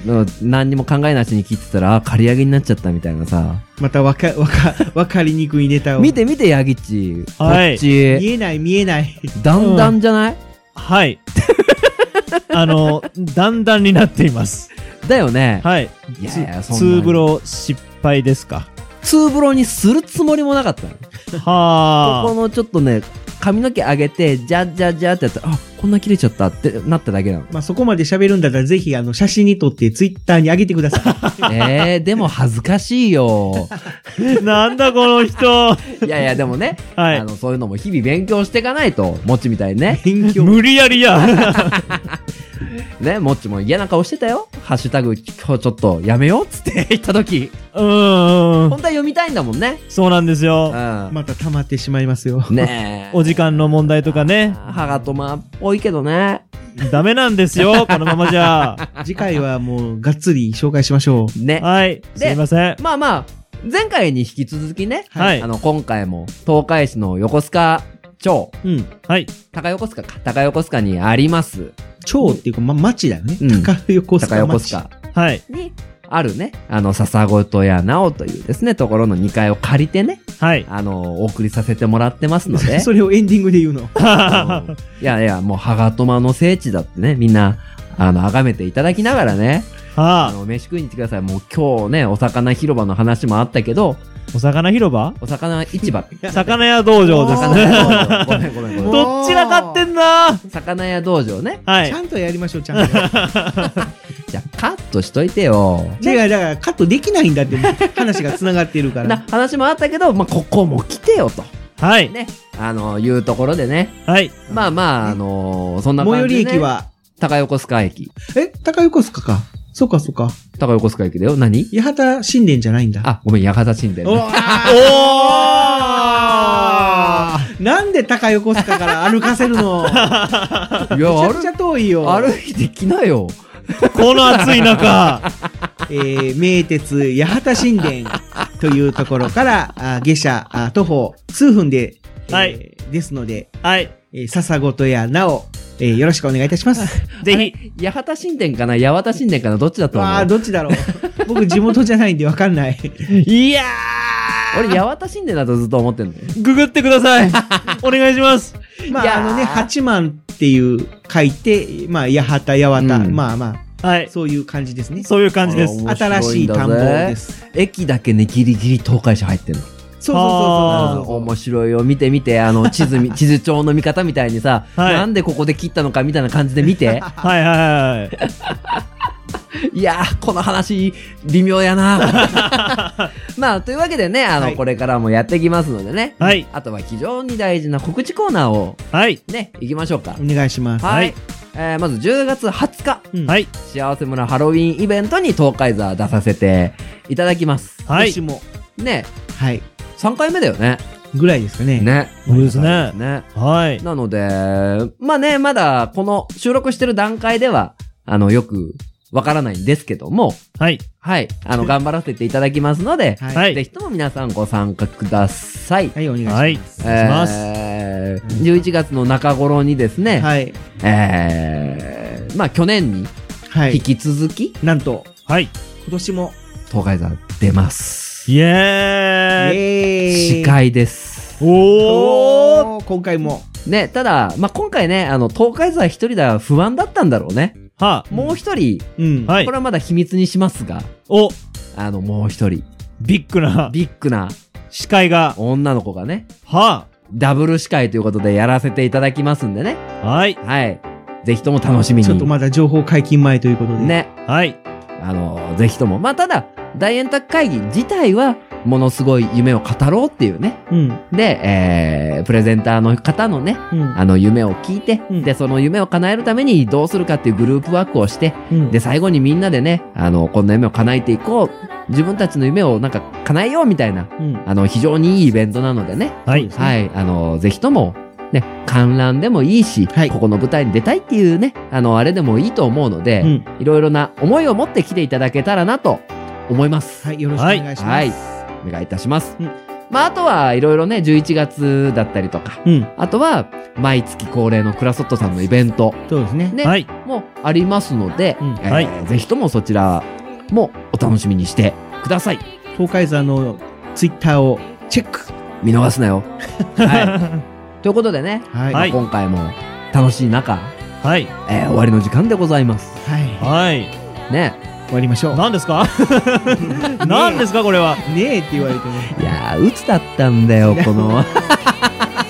の何にも考えなしに切ってたら、あ刈り上げになっちゃったみたいなさ。
またわか、わか、わかりにくいネタを。
見て見て、ヤギッチ。こ
は
っ
い
ち。
見えない見えない。。
だんだんじゃない、
はい。あの、段々になっています。
だよね。
はい。
いやいや
つ
そんな
ツーブロ失敗ですか。
通風呂にするつもりもなかったの
はあ。
ここのちょっとね、髪の毛上げて、じゃじゃじゃってやったら、あ、こんな切れちゃったってなっただけ なの
まあ、そこまで喋るんだったら、ぜひ、あの、写真に撮って、ツイッターに上げてく ださい。
えー、でも恥ずかしい よ。
なんだこの人。
いやいや、でもね、
はい
あの、そういうのも日々勉強していかないと、もっちみたいにね。
勉強。
無理やりや。
ね、もっちも嫌な顔してたよ。ハッシュタグ、今日ちょっとやめようっつって 言った時。
うーん。
本当は読みたいんだもんね。
そうなんです
う
よ。
ん。
また溜まってしまいますよ。
ねえ。
お時間の問題とかね、
歯がとまっぽいけどね。
ダメなんです よ。このままじゃ。
次回はもう、がっつり紹介しましょう。
ね。
はい。す
で
いません。
まあまあ、前回に引き続きね、
はい
あの、今回も東海市の横須賀町、
うん。
はい。
高横須賀か、高横須賀にあります、
町っていうか、ま、町だよね。
うん
高横須賀町。
高横須賀
はい。
にあるね、あの、笹ごとやなおというですね、ところの2階を借りてね、
はい。
あの、お送りさせてもらってますので、
それをエンディングで言うの。
あのいやいや、もう、はがとまの聖地だってね、みんな、あの、崇めていただきながらね、あ
はあ。
の、飯食いに行ってください。もう今日ね、お魚広場の話もあったけど、
お魚広場
お魚市場。
魚屋道場ですね。
魚ごめんごめんごめ ん。
どっちらかってんな
魚屋道場ね。
は
ち
い
ゃ。んとやりましょう、ちゃん と。
じゃあカットしといてよ。
違う、だからカットできないんだって、もう話が繋がってるか
な
ら。
話もあったけど、まあ、ここも来てよと。
はい。
ね。あの、いうところでね。
はい。
まあまあ、あのそんな
最
感
寄
じ
り
で、ね。
駅。は、
高横須賀駅。
え、高横須賀か。そっかそっか。
高横須賀駅だよ。何
八幡神殿じゃないんだ。
あ、ごめん、八幡神殿ね。
おーなんで高横須賀から歩かせるのめちゃ
いや、
くちゃ遠いよ。
歩、歩いてきなよ。
この暑い中。
えー、名鉄八幡神殿というところから、あ下車あ、徒歩数分で、えー
はい
ですので、
はい。
えー、笹ごとやなお、えーよろしくお願いいたします。
ぜひ。
八幡神殿かな八幡神殿かなどっちだと思
わあ、
う
どっちだろう。僕地元じゃないんでわかんない。
いや
俺、八幡神殿だとずっと思ってんのよ。
ー、ググってください。お願いします。
ま
いや
あ、あ
ー
のね、八幡っていう書いて、まあ、八幡、八幡、
うん
まあまあ、
はい。
そういう感じですね。
そういう感じで
あ
す
ら。
新しい田んぼです。
駅だけね、ギリギリ東海市入ってんの。
そう
あ
そ
ー
うそうそうそう。
面白いよ見て見てあの地図み地図帳の見方みたいにさ、
はい
なんでここで切ったのかみたいな感じで見て
はいはいはいはい。
いやーこの話微妙やなまあというわけでねあの、
はい
これからもやっていきますのでね、
はい。
あとは非常に大事な告知コーナーを
はい。
ね行きましょうか、
お願いします。
は
は
い、
い
えーまず10月20日
うん
はい。
幸せ村ハロウィンイベントに東海座出させていただきます
はい。
私も。
ね
はい。
3回目だよね
ぐらいですかね。
ね
そうですね。
ね
はい。
なので、まあね、まだこの収録してる段階では、あの、よくわからないんですけども、
はい。
はい、あの、頑張らせていただきますので、
はい。
は
ぜ
い。
ひとも皆さんご参加ください。
はい、お願いし
はい。
ます。
お願いします。
えー、11月の中頃にですね、
はい。
えー、まあ去年に
は
引
い。
き続き、
なんと、
はい。
今年も、
東海座出ます。
イエーイ。
え
司会です。
おー。
おー今回も、
ね、ただ、まあ今回ね、あの、東海座一人では不安だったんだろうね。
は
もう一人、
うん。
あ。はい
これ。はまだ秘密にしますが、
お、
あの、もう一 人、
ビッグな
ビッグな
司会が。
女の子がね、
は
ダブル司会ということでやらせていただきますんでね。
あ。はい。
はい。ぜひとも楽しみに。
ちょっとまだ情報解禁前ということで。。
ね。
はい。
あの、ぜひとも。まあ、ただ、大円卓会議自体は、ものすごい夢を語ろうっていうね。
うん。
で、えー、プレゼンターの方のね、
うん。
あの夢を聞いて、
うん
で、その夢を叶えるためにどうするかっていうグループワークをして、
うん
で、最後にみんなでね、あの、こんな夢を叶えていこう。自分たちの夢をなんか叶えようみたいな、
うん。
あの、非常にいいイベントなのでね。
はい。
はい、あの、ぜひとも、ね、観覧でもいいし、
はい
ここの舞台に出たいっていうね、あの、あれでもいいと思うので、
うん。
いろいろな思いを持って来ていただけたらなと思います。
はい、よろしくお願いします。
はい、お願いいたします。
うん
まあ、あとはいろいろね、11月だったりとか、
うん。
あとは、毎月恒例のクラソットさんのイベント、
そうですね。
ね、
はい。
もありますので、
うん
えー
はい
ぜひともそちらもお楽しみにしてください。
東海座のツイッターをチェック。
見逃すなよ。はい。ということでね、
は
まあ
はい
今回も楽しい中、
はい。
えー終わりの時間でございます。
はい。
はい。
ね。
終わりましょう。
何ですか何ですかこれは。
ねえって言われて ね。
いやー、鬱だったんだよ、この。
あ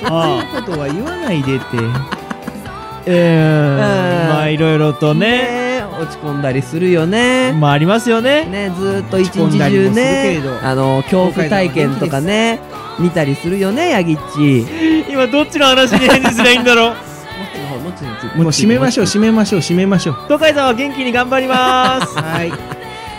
あ
そういうことは言わないでって。
えー、
うん
まあいろいろとね、
ね落ち込んだりするよね。
まあありますよね。
ね、ずーっと一
落ち込
日
んだり
中
もするけ
ね
れど、
あの、恐怖体験とかね、見たりするよね、ヤギっち。
今どっちの話に返事すりゃいいんだろう。
もう締めましょう、締めましょう、締めましょう。
東海さんは元気に頑張ります。
はい。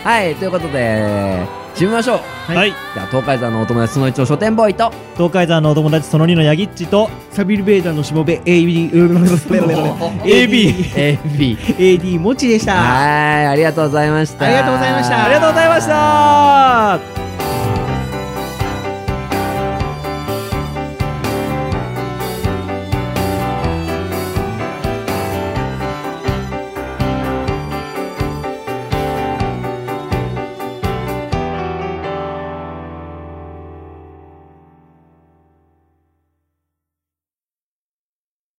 はい、ということで、締めましょう。
はい。
じゃあ、東海山のお友達、その一の書店ボーイと、
東海山のお友達その2のヤギッチと、
サビルベーダーのしもべ、AB、AB、
AB。
AD もちでした。
はい、ありがとうございました。
ありがとうございました
ありがとうございました